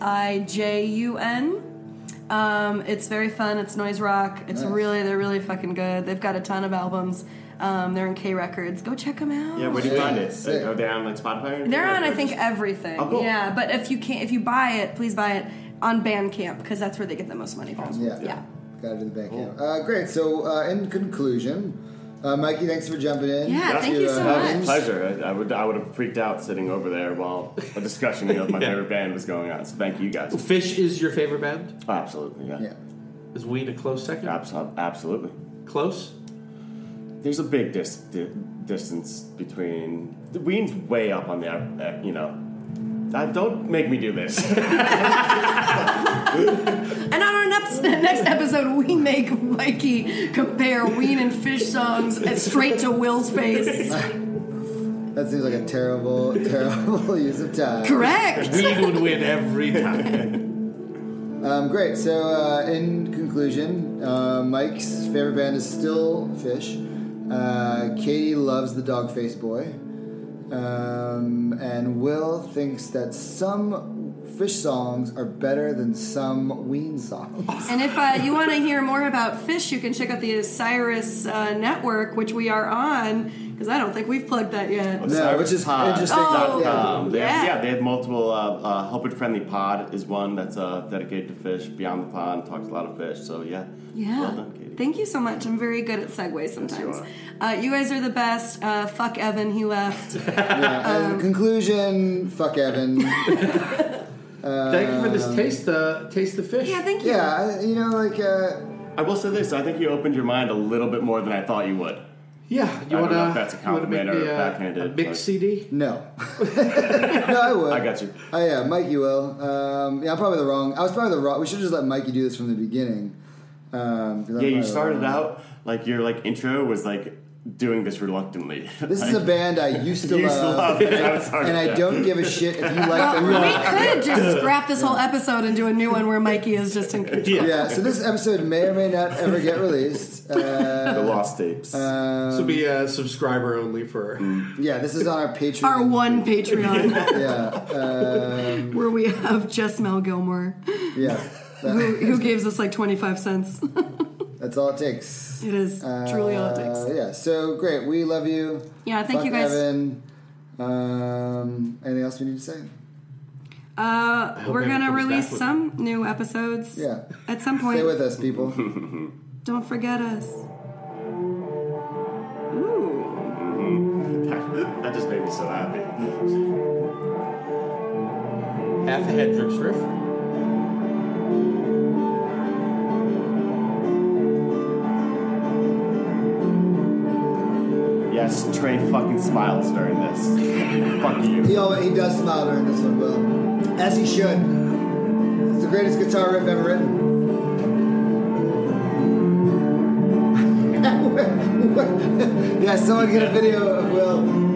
S8: I J U N. Um, it's very fun. It's noise rock. It's
S6: Nice.
S8: really they're really fucking good. They've got a ton of albums. Um, they're in K Records. Go check them out.
S5: Yeah, where do you
S6: Yeah,
S5: find it?
S6: sick.
S5: Are they on like Spotify? Or
S8: They're on, I
S5: or
S8: think,
S5: just-
S8: everything.
S5: Oh, cool.
S8: Yeah, but if you can't, if you buy it, please buy it on Bandcamp because that's where they get the most money from.
S6: Yeah.
S8: yeah.
S6: Got it in the back end. Uh, great. So, uh, in conclusion, uh, Mikey, thanks for jumping in.
S8: Yeah, thank you so
S5: That was
S8: much.
S5: a pleasure. I, I would I would have freaked out sitting over there while a discussion of my
S7: Yeah.
S5: favorite band was going on. So thank you guys.
S7: Fish is your favorite band?
S5: Absolutely. Yeah.
S6: Oh, Yeah.
S7: Is Ween a close second?
S5: Abs- absolutely.
S7: Close.
S5: There's a big dis- di- distance between the Ween's way up on the uh, you know. Uh, don't make me do this.
S8: And on our next, next episode, we make Mikey compare Ween and Fish songs and straight to Will's face.
S6: That seems like a terrible, terrible use of time.
S8: Correct.
S7: Ween would win every time.
S6: Um, great. So, uh, in conclusion, uh, Mike's favorite band is still Fish. Uh, Katie loves the Dog Face Boy. Um, and Will thinks that some Fish songs are better than some Ween songs.
S8: And if uh, you want to hear more about Fish, you can check out the Osiris uh, Network, which we are on, because I don't think we've plugged that
S5: Oh,
S8: yet.
S6: No, which is
S5: Pod.
S6: interesting.
S8: Oh,
S5: Uh, Um, they have,
S8: Yeah.
S5: yeah, they have multiple. Uh, uh, Helping Friendly Pod is one that's uh, dedicated to fish. Beyond the Pond talks a lot of fish. So yeah, Well
S8: Yeah.
S5: done, Katie.
S8: Thank you so much. I'm very good at segues sometimes.
S5: are.
S8: Uh, you guys are the best. Uh, fuck Evan, he left.
S6: Yeah, and conclusion, fuck Evan.
S7: Thank you for this taste. Uh, taste the fish.
S8: yeah, thank you.
S6: yeah, I- you know, like, uh,
S5: I will say this: I think you opened your mind a little bit more than I thought you would.
S7: Yeah, you
S5: I don't
S7: want
S5: know if that's a
S7: to? You want to make
S5: compliment or
S7: me a,
S5: backhanded,
S7: a mix
S5: but-
S7: CD?
S6: no. no, I would.
S5: I got you.
S6: Oh yeah, Mikey will. Um, yeah, I'm probably the wrong. I was probably the wrong. We should just let Mikey do this from the beginning. Um, 'cause I'm
S5: Yeah,
S6: probably
S5: you
S6: the
S5: started
S6: wrong-
S5: out like your like intro was like doing this reluctantly.
S6: This is a band I used to
S5: You used to
S6: love,
S5: love it, now it's hard
S6: and I
S5: to-
S6: don't give a shit if you like them. or
S8: We
S6: not.
S8: could just scrap this whole episode and do a new one where Mikey is just in control.
S6: Yeah, so this episode may or may not ever get released. Uh,
S5: the lost tapes.
S7: this will be a subscriber only for.
S6: yeah, this is on our Patreon. uh,
S8: Our one Patreon
S6: Yeah, um,
S8: where we have Jess Mel Gilmore,
S6: yeah.
S8: who,
S6: That-
S8: who gives us like 25 cents.
S6: that's all it takes.
S8: It is truly all it
S6: Uh,
S8: takes.
S6: yeah, so great. We love you.
S8: Yeah, thank
S6: Fuck
S8: you guys.
S6: Evan. Um, anything else we need to say?
S8: Uh, we're
S7: Evan
S8: going to
S7: comes back
S8: release
S7: with-
S8: some new episodes
S6: Yeah.
S8: at some
S6: Stay
S8: point.
S6: with us, people.
S8: Don't forget us.
S5: that just made me so happy.
S7: Half a Hendrix riff.
S5: Yes, Trey fucking smiles during this. Fuck you.
S6: He always, he does smile during this one, Will, as he should. It's the greatest guitar riff ever written. yeah, someone get a video of Will.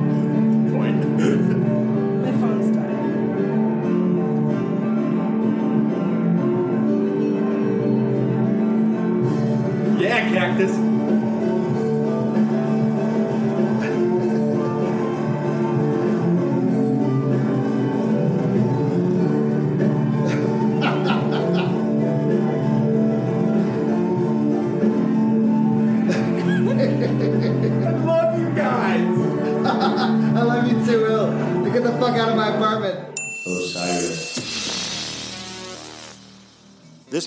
S5: Point.
S12: My phone's dying.
S7: Yeah, cactus.
S6: I love you too, Will. Get the fuck out of my apartment.
S13: This